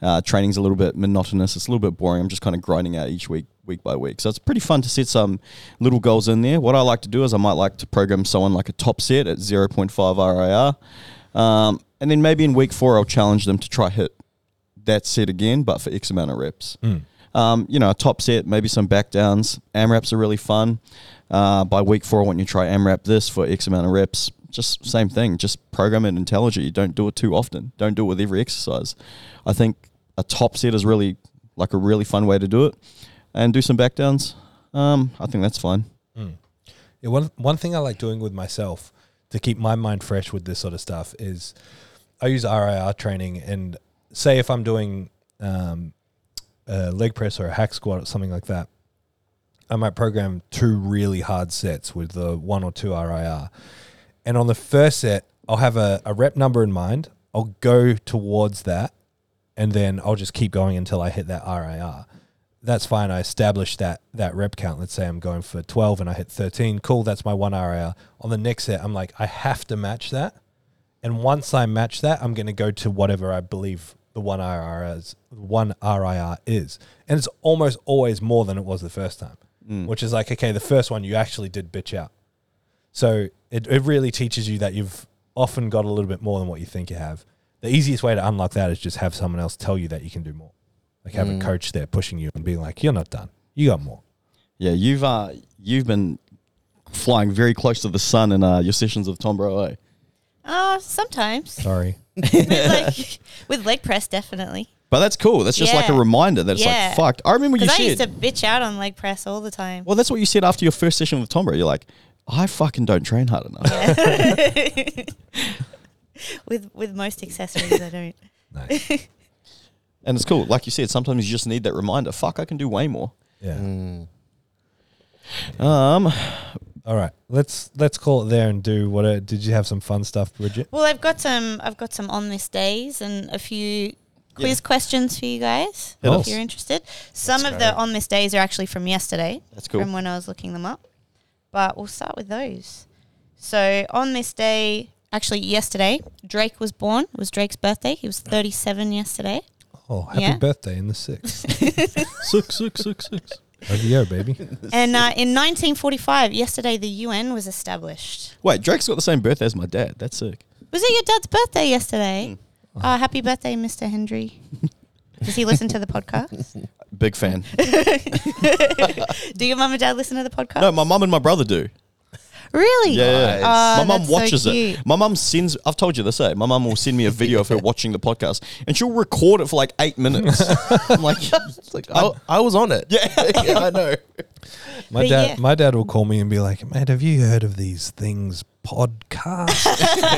Uh, training's a little bit monotonous. It's a little bit boring. I'm just kind of grinding out each week, week by week. So it's pretty fun to set some little goals in there. What I like to do is I might like to program someone like a top set at 0.5 RIR. Um, and then maybe in week four, I'll challenge them to try hit that set again, but for X amount of reps. Um, you know, a top set, maybe some back downs. AMRAPs are really fun. Uh, by week four, I want you to try AMRAP this for X amount of reps. Just same thing. Just program it intelligently. Don't do it too often. Don't do it with every exercise. I think a top set is really like a really fun way to do it, and do some back downs. Um, I think that's fine.
Yeah, one one thing I like doing with myself to keep my mind fresh with this sort of stuff is I use RIR training, and say if I'm doing um, a leg press or a hack squat or something like that, I might program two really hard sets with the one or two RIR. And on the first set, I'll have a, a rep number in mind. I'll go towards that, and then I'll just keep going until I hit that RIR. That's fine. I establish that that rep count. Let's say I'm going for 12 and I hit 13. Cool. That's my one RIR. On the next set, I'm like, I have to match that. And once I match that, I'm going to go to whatever I believe the one RIR is. One RIR is, and it's almost always more than it was the first time, which is like, okay, the first one you actually did bitch out. So it, it really teaches you that you've often got a little bit more than what you think you have. The easiest way to unlock that is just have someone else tell you that you can do more. Like have a coach there pushing you and being like, you're not done. You got more.
Yeah, you've uh, you've been flying very close to the sun in uh, your sessions with Tom Bro. eh?
Oh, sometimes
Sorry.
with, like, with leg press, definitely.
But that's cool. That's just like a
Yeah.
reminder that it's
Yeah.
like fuck. I remember you
Because I
said.
used to bitch out on leg press all the time.
well, that's what you said after your first session with Tom Bro. You're like, I fucking don't train hard enough.
With with most accessories, I don't.
Nice.
And it's cool. Like you said, sometimes you just need that reminder. Fuck, I can do way more.
Yeah.
Um,
All right. Let's let's call it there and do what uh, did you have some fun stuff, Bridget?
Well, I've got some. I've got some on this days and a few quiz questions for you guys
Hit
if
us.
you're interested. Some of the on this days are actually from yesterday.
That's cool.
From when I was looking them up, but we'll start with those. So on this day, actually yesterday, Drake was born. It was Drake's birthday. He was 37 yesterday.
Oh, happy
Yeah.
birthday in the six.
six, six, six, six.
Over yo, baby.
And uh, in 1945, yesterday, the UN was established.
Wait, Drake's got the same birthday as my dad. That's sick.
Was it your dad's birthday yesterday?
Hmm.
Oh, happy birthday, Mr. Henry. Does he listen to the podcast?
Big fan.
Do your mum and dad listen to the podcast?
no, my mum and my brother do.
Really?
Yeah,
Oh,
my mum
that's so
watches
cute.
it. My mum sends. I've told you this. Eh? My mum will send me a video of her watching the podcast, and she'll record it for like eight minutes. I'm like, it's like,
I,
oh,
I was on it. Yeah, I know.
My
But
dad,
yeah.
my dad will call me and be like, "Mate, have you heard of these things podcast?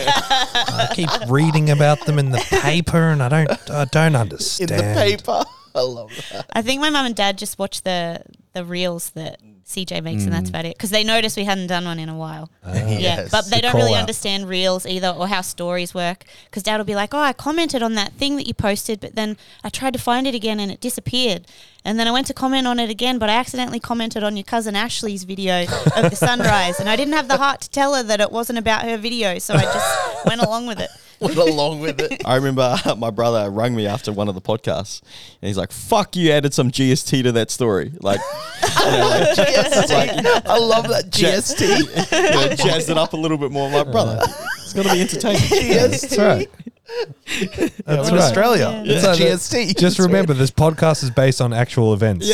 I keep reading about them in the paper, and I don't, I don't
In
understand."
the paper. I love that.
I think my mum and dad just watch the the reels that CJ makes,
Mm.
and that's about it. Because they noticed we hadn't done one in a while.
Ah,
yeah,
Yes.
but they
The
don't really
call out.
understand reels either, or how stories work. Because dad will be like, "Oh, I commented on that thing that you posted, but then I tried to find it again and it disappeared. And then I went to comment on it again, but I accidentally commented on your cousin Ashley's video of the sunrise, and I didn't have the heart to tell her that it wasn't about her video, so I just went along with it."
Went along with it.
I remember uh, my brother rang me after one of the podcasts, and he's like, "Fuck, you added some GST to that story." Like,
Yes, I love that GST.
you know, jazzed it up a little bit more. I'm like, brother, it's gonna be entertaining.
GST.
That's right.
We're
That's
in
right.
Australia.
Yeah.
It's
So that-
GST.
Just remember, this podcast is based on actual events.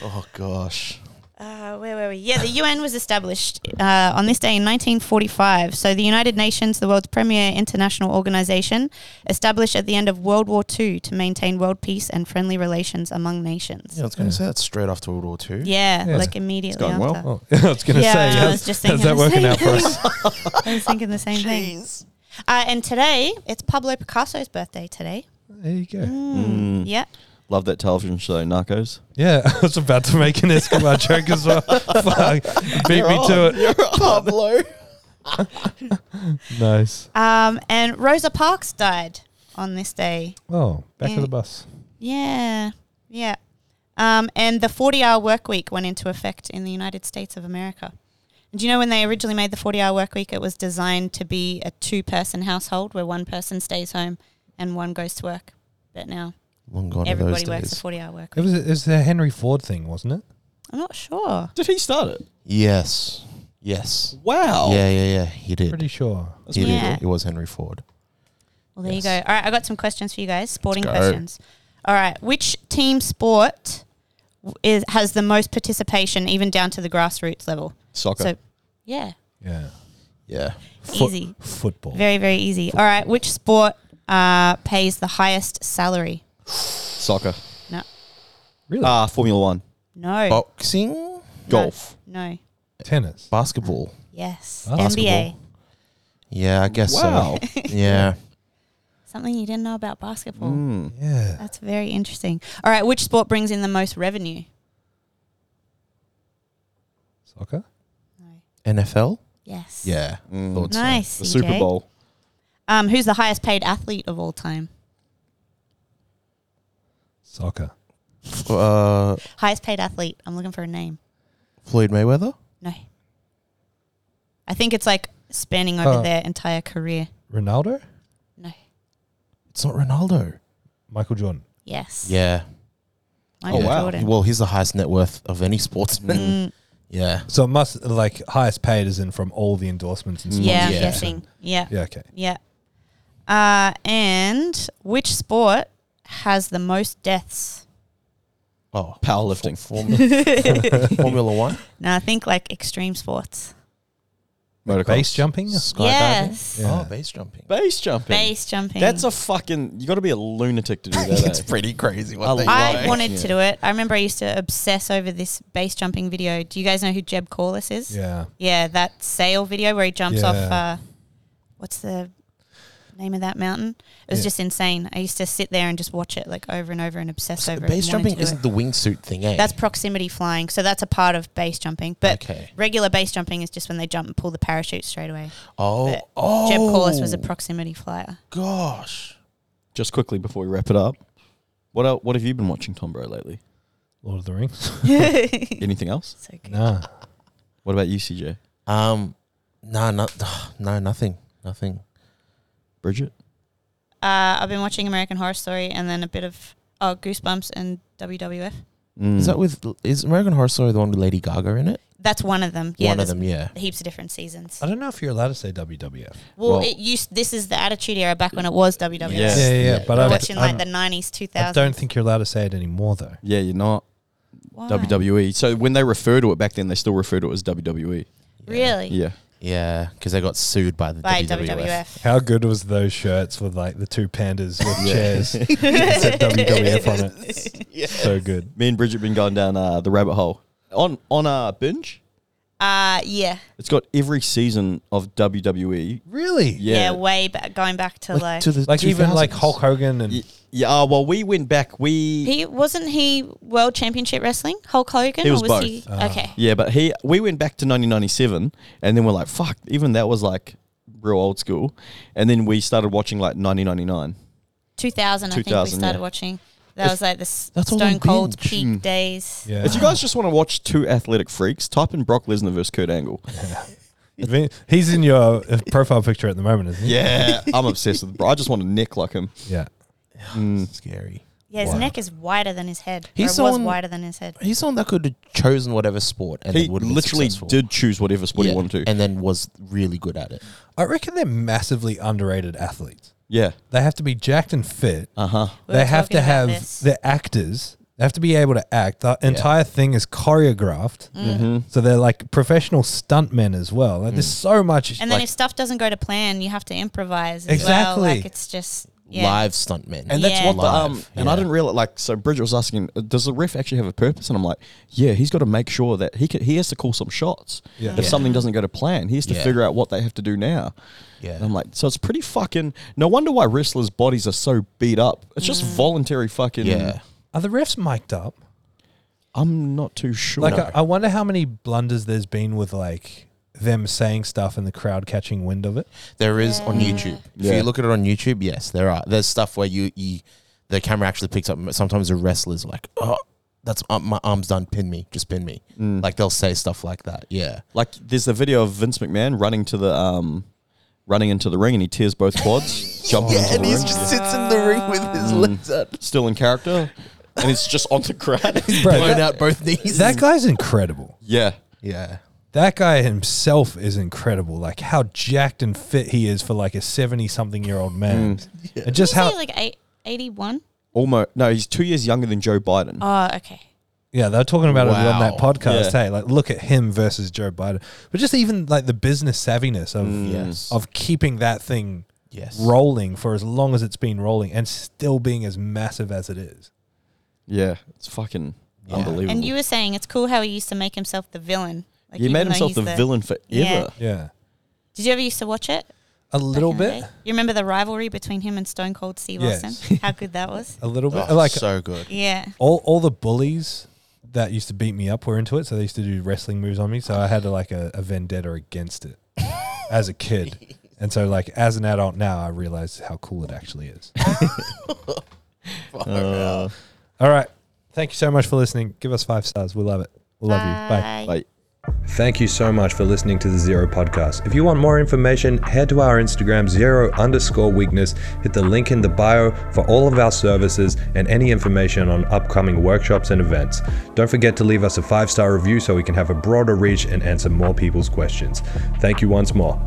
Oh gosh.
Uh, where were we? Yeah, the UN was established uh, on this day in 1945. So the United Nations, the world's premier international organization, established at the end of World War II to maintain world peace and friendly relations among nations.
Yeah, I was going to say that straight after World War Two.
Yeah,
Yeah.
like immediately
going well.
after.
Oh, I was gonna
Yeah,
say,
I
how's-
was just
how's
thinking the
that working
same
out for us?
I was thinking the same thing.
Jeez.
Uh, and today, it's Pablo Picasso's birthday today.
There you go.
Mm.
Yeah.
Love that television show, Narcos.
Yeah, I was about to make an Eskimo joke as well. Fuck, you beat me to it.
Pablo.
Nice.
Um, and Rosa Parks died on this day.
Oh, back
Yeah.
of the bus.
Yeah. Yeah. Um, and the 40 hour work week went into effect in the United States of America. And do you know when they originally made the 40 hour work week, it was designed to be a two person household where one person stays home and one goes to work. But now
Long gone are those
everybody works a
days.
40 hour work
It
week.
was, it was a Henry Ford thing, wasn't it?
I'm not sure.
Did he start it?
Yes. Yes.
Wow.
Yeah, yeah, yeah. He did.
Pretty sure.
That's
he
pretty
Yeah.
did. Oh. It was Henry Ford.
Well, there
Yes.
you go. All right, I got some questions for you guys. Sporting
go.
questions. All right, which team sport w- is has the most participation, even down to the grassroots level?
Soccer.
So, yeah,
Yeah.
Yeah.
Fo-
easy.
Football.
Very, very easy. All right. Which sport uh, pays the highest salary?
Soccer.
No.
Really?
Ah, Formula One.
No.
Boxing.
Golf.
No.
Tennis.
Basketball.
Yes.
Oh.
NBA.
Yeah, I guess
Wow.
so. Yeah.
Something you didn't know about basketball.
Hmm.
Mm.
Yeah.
That's very interesting. All right, which sport brings in the most revenue?
Soccer.
No.
NFL?
Yes.
Yeah.
Mm.
Thought so.
Nice.
The Super
CJ.
Bowl.
Um, who's the highest paid athlete of all time?
Soccer.
Uh,
Highest paid athlete. I'm looking for a name.
Floyd Mayweather?
No. I think it's like spanning over
Oh.
their entire career.
Ronaldo.
No.
It's not Ronaldo.
Michael Jordan.
Yes.
Yeah.
Michael
Oh, wow.
Jordan.
Well, he's the highest net worth of any sportsman.
Mm,
Yeah.
So it must like highest paid is in from all the endorsements and sponsors.
yeah, I'm
Yeah.
guessing. Yeah.
Yeah. Okay.
Yeah. Uh, and which sport has the most deaths?
Oh,
Powerlifting.
Formula, Formula One?
No, I think like extreme sports.
Motocross.
Base jumping.
Skydiving?
Yes.
Yeah.
Oh, base jumping.
Base jumping.
Base jumping.
That's a fucking. You got to be a lunatic to do that.
it's
eh?
pretty crazy
I
what they
love
I
do.
Why?
wanted
Yeah.
to do it. I remember I used to obsess over this base jumping video. Do you guys know who Jeb Corliss is?
Yeah.
Yeah, that sail video where he jumps off.
Yeah.
Uh, what's the name of that mountain? It was
Yeah.
just insane. I used to sit there and just watch it like over and over and obsess over
Base
it. and wanting
jumping
to do
isn't
it.
the wingsuit thing, eh?
That's proximity flying, so that's a part of base jumping. But
Okay.
regular base jumping is just when they jump and pull the parachute straight away.
Oh,
But
oh.
Jeb Corliss was a proximity flyer.
Gosh.
Just quickly before we wrap it up, what el what have you been watching, Tom Bro, lately?
Lord of the Rings.
Anything else?
So good.
nah.
What about you, CJ?
Um, no, no, no, nothing, nothing.
Bridget?
Uh, I've been watching American Horror Story and then a bit of oh Goosebumps and WWF.
Is
Mm.
that with is American Horror Story the one with Lady Gaga in it?
That's one of them. Yeah,
one of
there's
them, yeah.
Heaps of different seasons.
I don't know if you're allowed to say WWF.
Well,
Well-
it used. This is the Attitude Era back when it was WWF.
Yeah.
yeah, yeah,
yeah,
But
We're
I,
watching like
I'm-
the nineties, two
I
thousand.
don't think you're allowed to say it anymore, though.
Yeah, you're not
Oh.
WWE. So when they refer to it back then, they still refer to it as WWE.
Really?
Yeah.
Yeah, because they got sued by the
By
WWF.
WWF.
How good was those shirts with like the two pandas with chairs? it said WWF on it. So good.
Me and Bridget been going down uh, the rabbit hole on on uh, binge.
Uh yeah.
It's got every season of WWE.
Really?
yeah,
Yeah.
Way back, going back to
Like,
like,
to the
Like even
2000s.
like Hulk Hogan and
Y- Yeah. uh, well, we went back. We
he wasn't he world championship wrestling Hulk Hogan
He was
or was
both. Uh,
he okay?
yeah, but he we went back to 1997, and then we're like, fuck. Even that was like real old school, and then we started watching like 1999.
Two thousand. I think we
2000,
started
yeah.
watching. That
It's-
was like the s-
That's all on
Stone Cold
binge.
peak days.
yeah.
If you guys just want to watch two athletic freaks, type in Brock Lesnar versus Kurt Angle.
Vin- He's in your uh, profile picture at the moment, isn't he?
Yeah, I'm obsessed with. Bro, I just want to neck like him.
Yeah.
Scary.
Yeah, his
Wow.
neck is wider than his head. or
He's
it was
someone-
wider than his head.
He's someone that could have chosen whatever sport and
He
it would have
literally
been successful.
did choose whatever sport
Yeah,
he wanted to.
and then was really good at it.
I reckon they're massively underrated athletes.
yeah.
They have to be jacked and fit.
Uh huh.
We
they
were
have
talking
to
about
have
this.
the actors. They have to be able to act. The entire thing is choreographed.
Mm.
Mm-hmm.
So they're like professional stuntmen as well. Like
Mm.
there's so much.
And then if stuff doesn't go to plan, you have to improvise. As
Exactly.
Well. Like it's just yeah.
Live stuntmen.
And that's
Yeah.
what the um.
Live,
And I didn't realize like so. Bridget was asking, uh, does the ref actually have a purpose? And I'm like, yeah, he's got to make sure that he can, he has to call some shots.
Yeah.
If
Yeah.
something doesn't go to plan, he has to
Yeah.
figure out what they have to do now.
Yeah.
And I'm like, so it's pretty fucking. No wonder why wrestlers' bodies are so beat up. It's just voluntary fucking.
yeah.
Are the refs mic'd up?
I'm not too sure.
Like I, I wonder how many blunders there's been with like them saying stuff and the crowd catching wind of it.
There is on YouTube. If
Yeah.
you look at it on YouTube, yes, there are. There's stuff where you, you the camera actually picks up. Sometimes the wrestlers are like, oh, that's uh, my arm's done. Pin me, just pin me. Like they'll say stuff like that. Yeah.
Like there's a video of Vince McMahon running to the um, running into the ring and he tears both quads, jumping into the ring,
sits in the ring with his legs out,
still in character, and it's just on the crowd.
Bro,
blown
that-
out both knees.
that guy's incredible.
yeah,
yeah.
That guy himself is incredible. Like how jacked and fit he is for like a seventy-something-year-old
Mm.
man, and just
Did you
how
say like eight, 81?
almost. No, he's two years younger than Joe Biden.
Oh, okay.
Yeah, they were talking about it on that
Wow.
podcast.
Yeah.
Hey, like look at him versus Joe Biden, but just even like the business savviness of
Yes.
of keeping that thing
Yes.
rolling for as long as it's been rolling and still being as massive as it is.
yeah, it's fucking unbelievable.
And you were saying it's cool how he used to make himself the villain. Like,
he
even
made
though
himself
he's
the, villain
Yeah.
forever.
Yeah.
Did you ever used to watch it?
A
back
little
in the
bit.
day? You remember the rivalry between him and Stone Cold Steve
Yes.
Austin? How good that was.
A little bit.
Oh,
like
so good.
Yeah.
all, all the bullies that used to beat me up were into it, so they used to do wrestling moves on me. So I had like a, a vendetta against it as a kid. And so like as an adult now I realize how cool it actually is.
Uh,
All right. Thank you so much for listening. Give us five stars. We love it. We love you. Bye.
Uh,
like,
Thank you so much for listening to the Zero Podcast. If you want more information, head to our Instagram, zero underscore weakness, hit the link in the bio for all of our services and any information on upcoming workshops and events. Don't forget to leave us a five star review so we can have a broader reach and answer more people's questions. Thank you once more.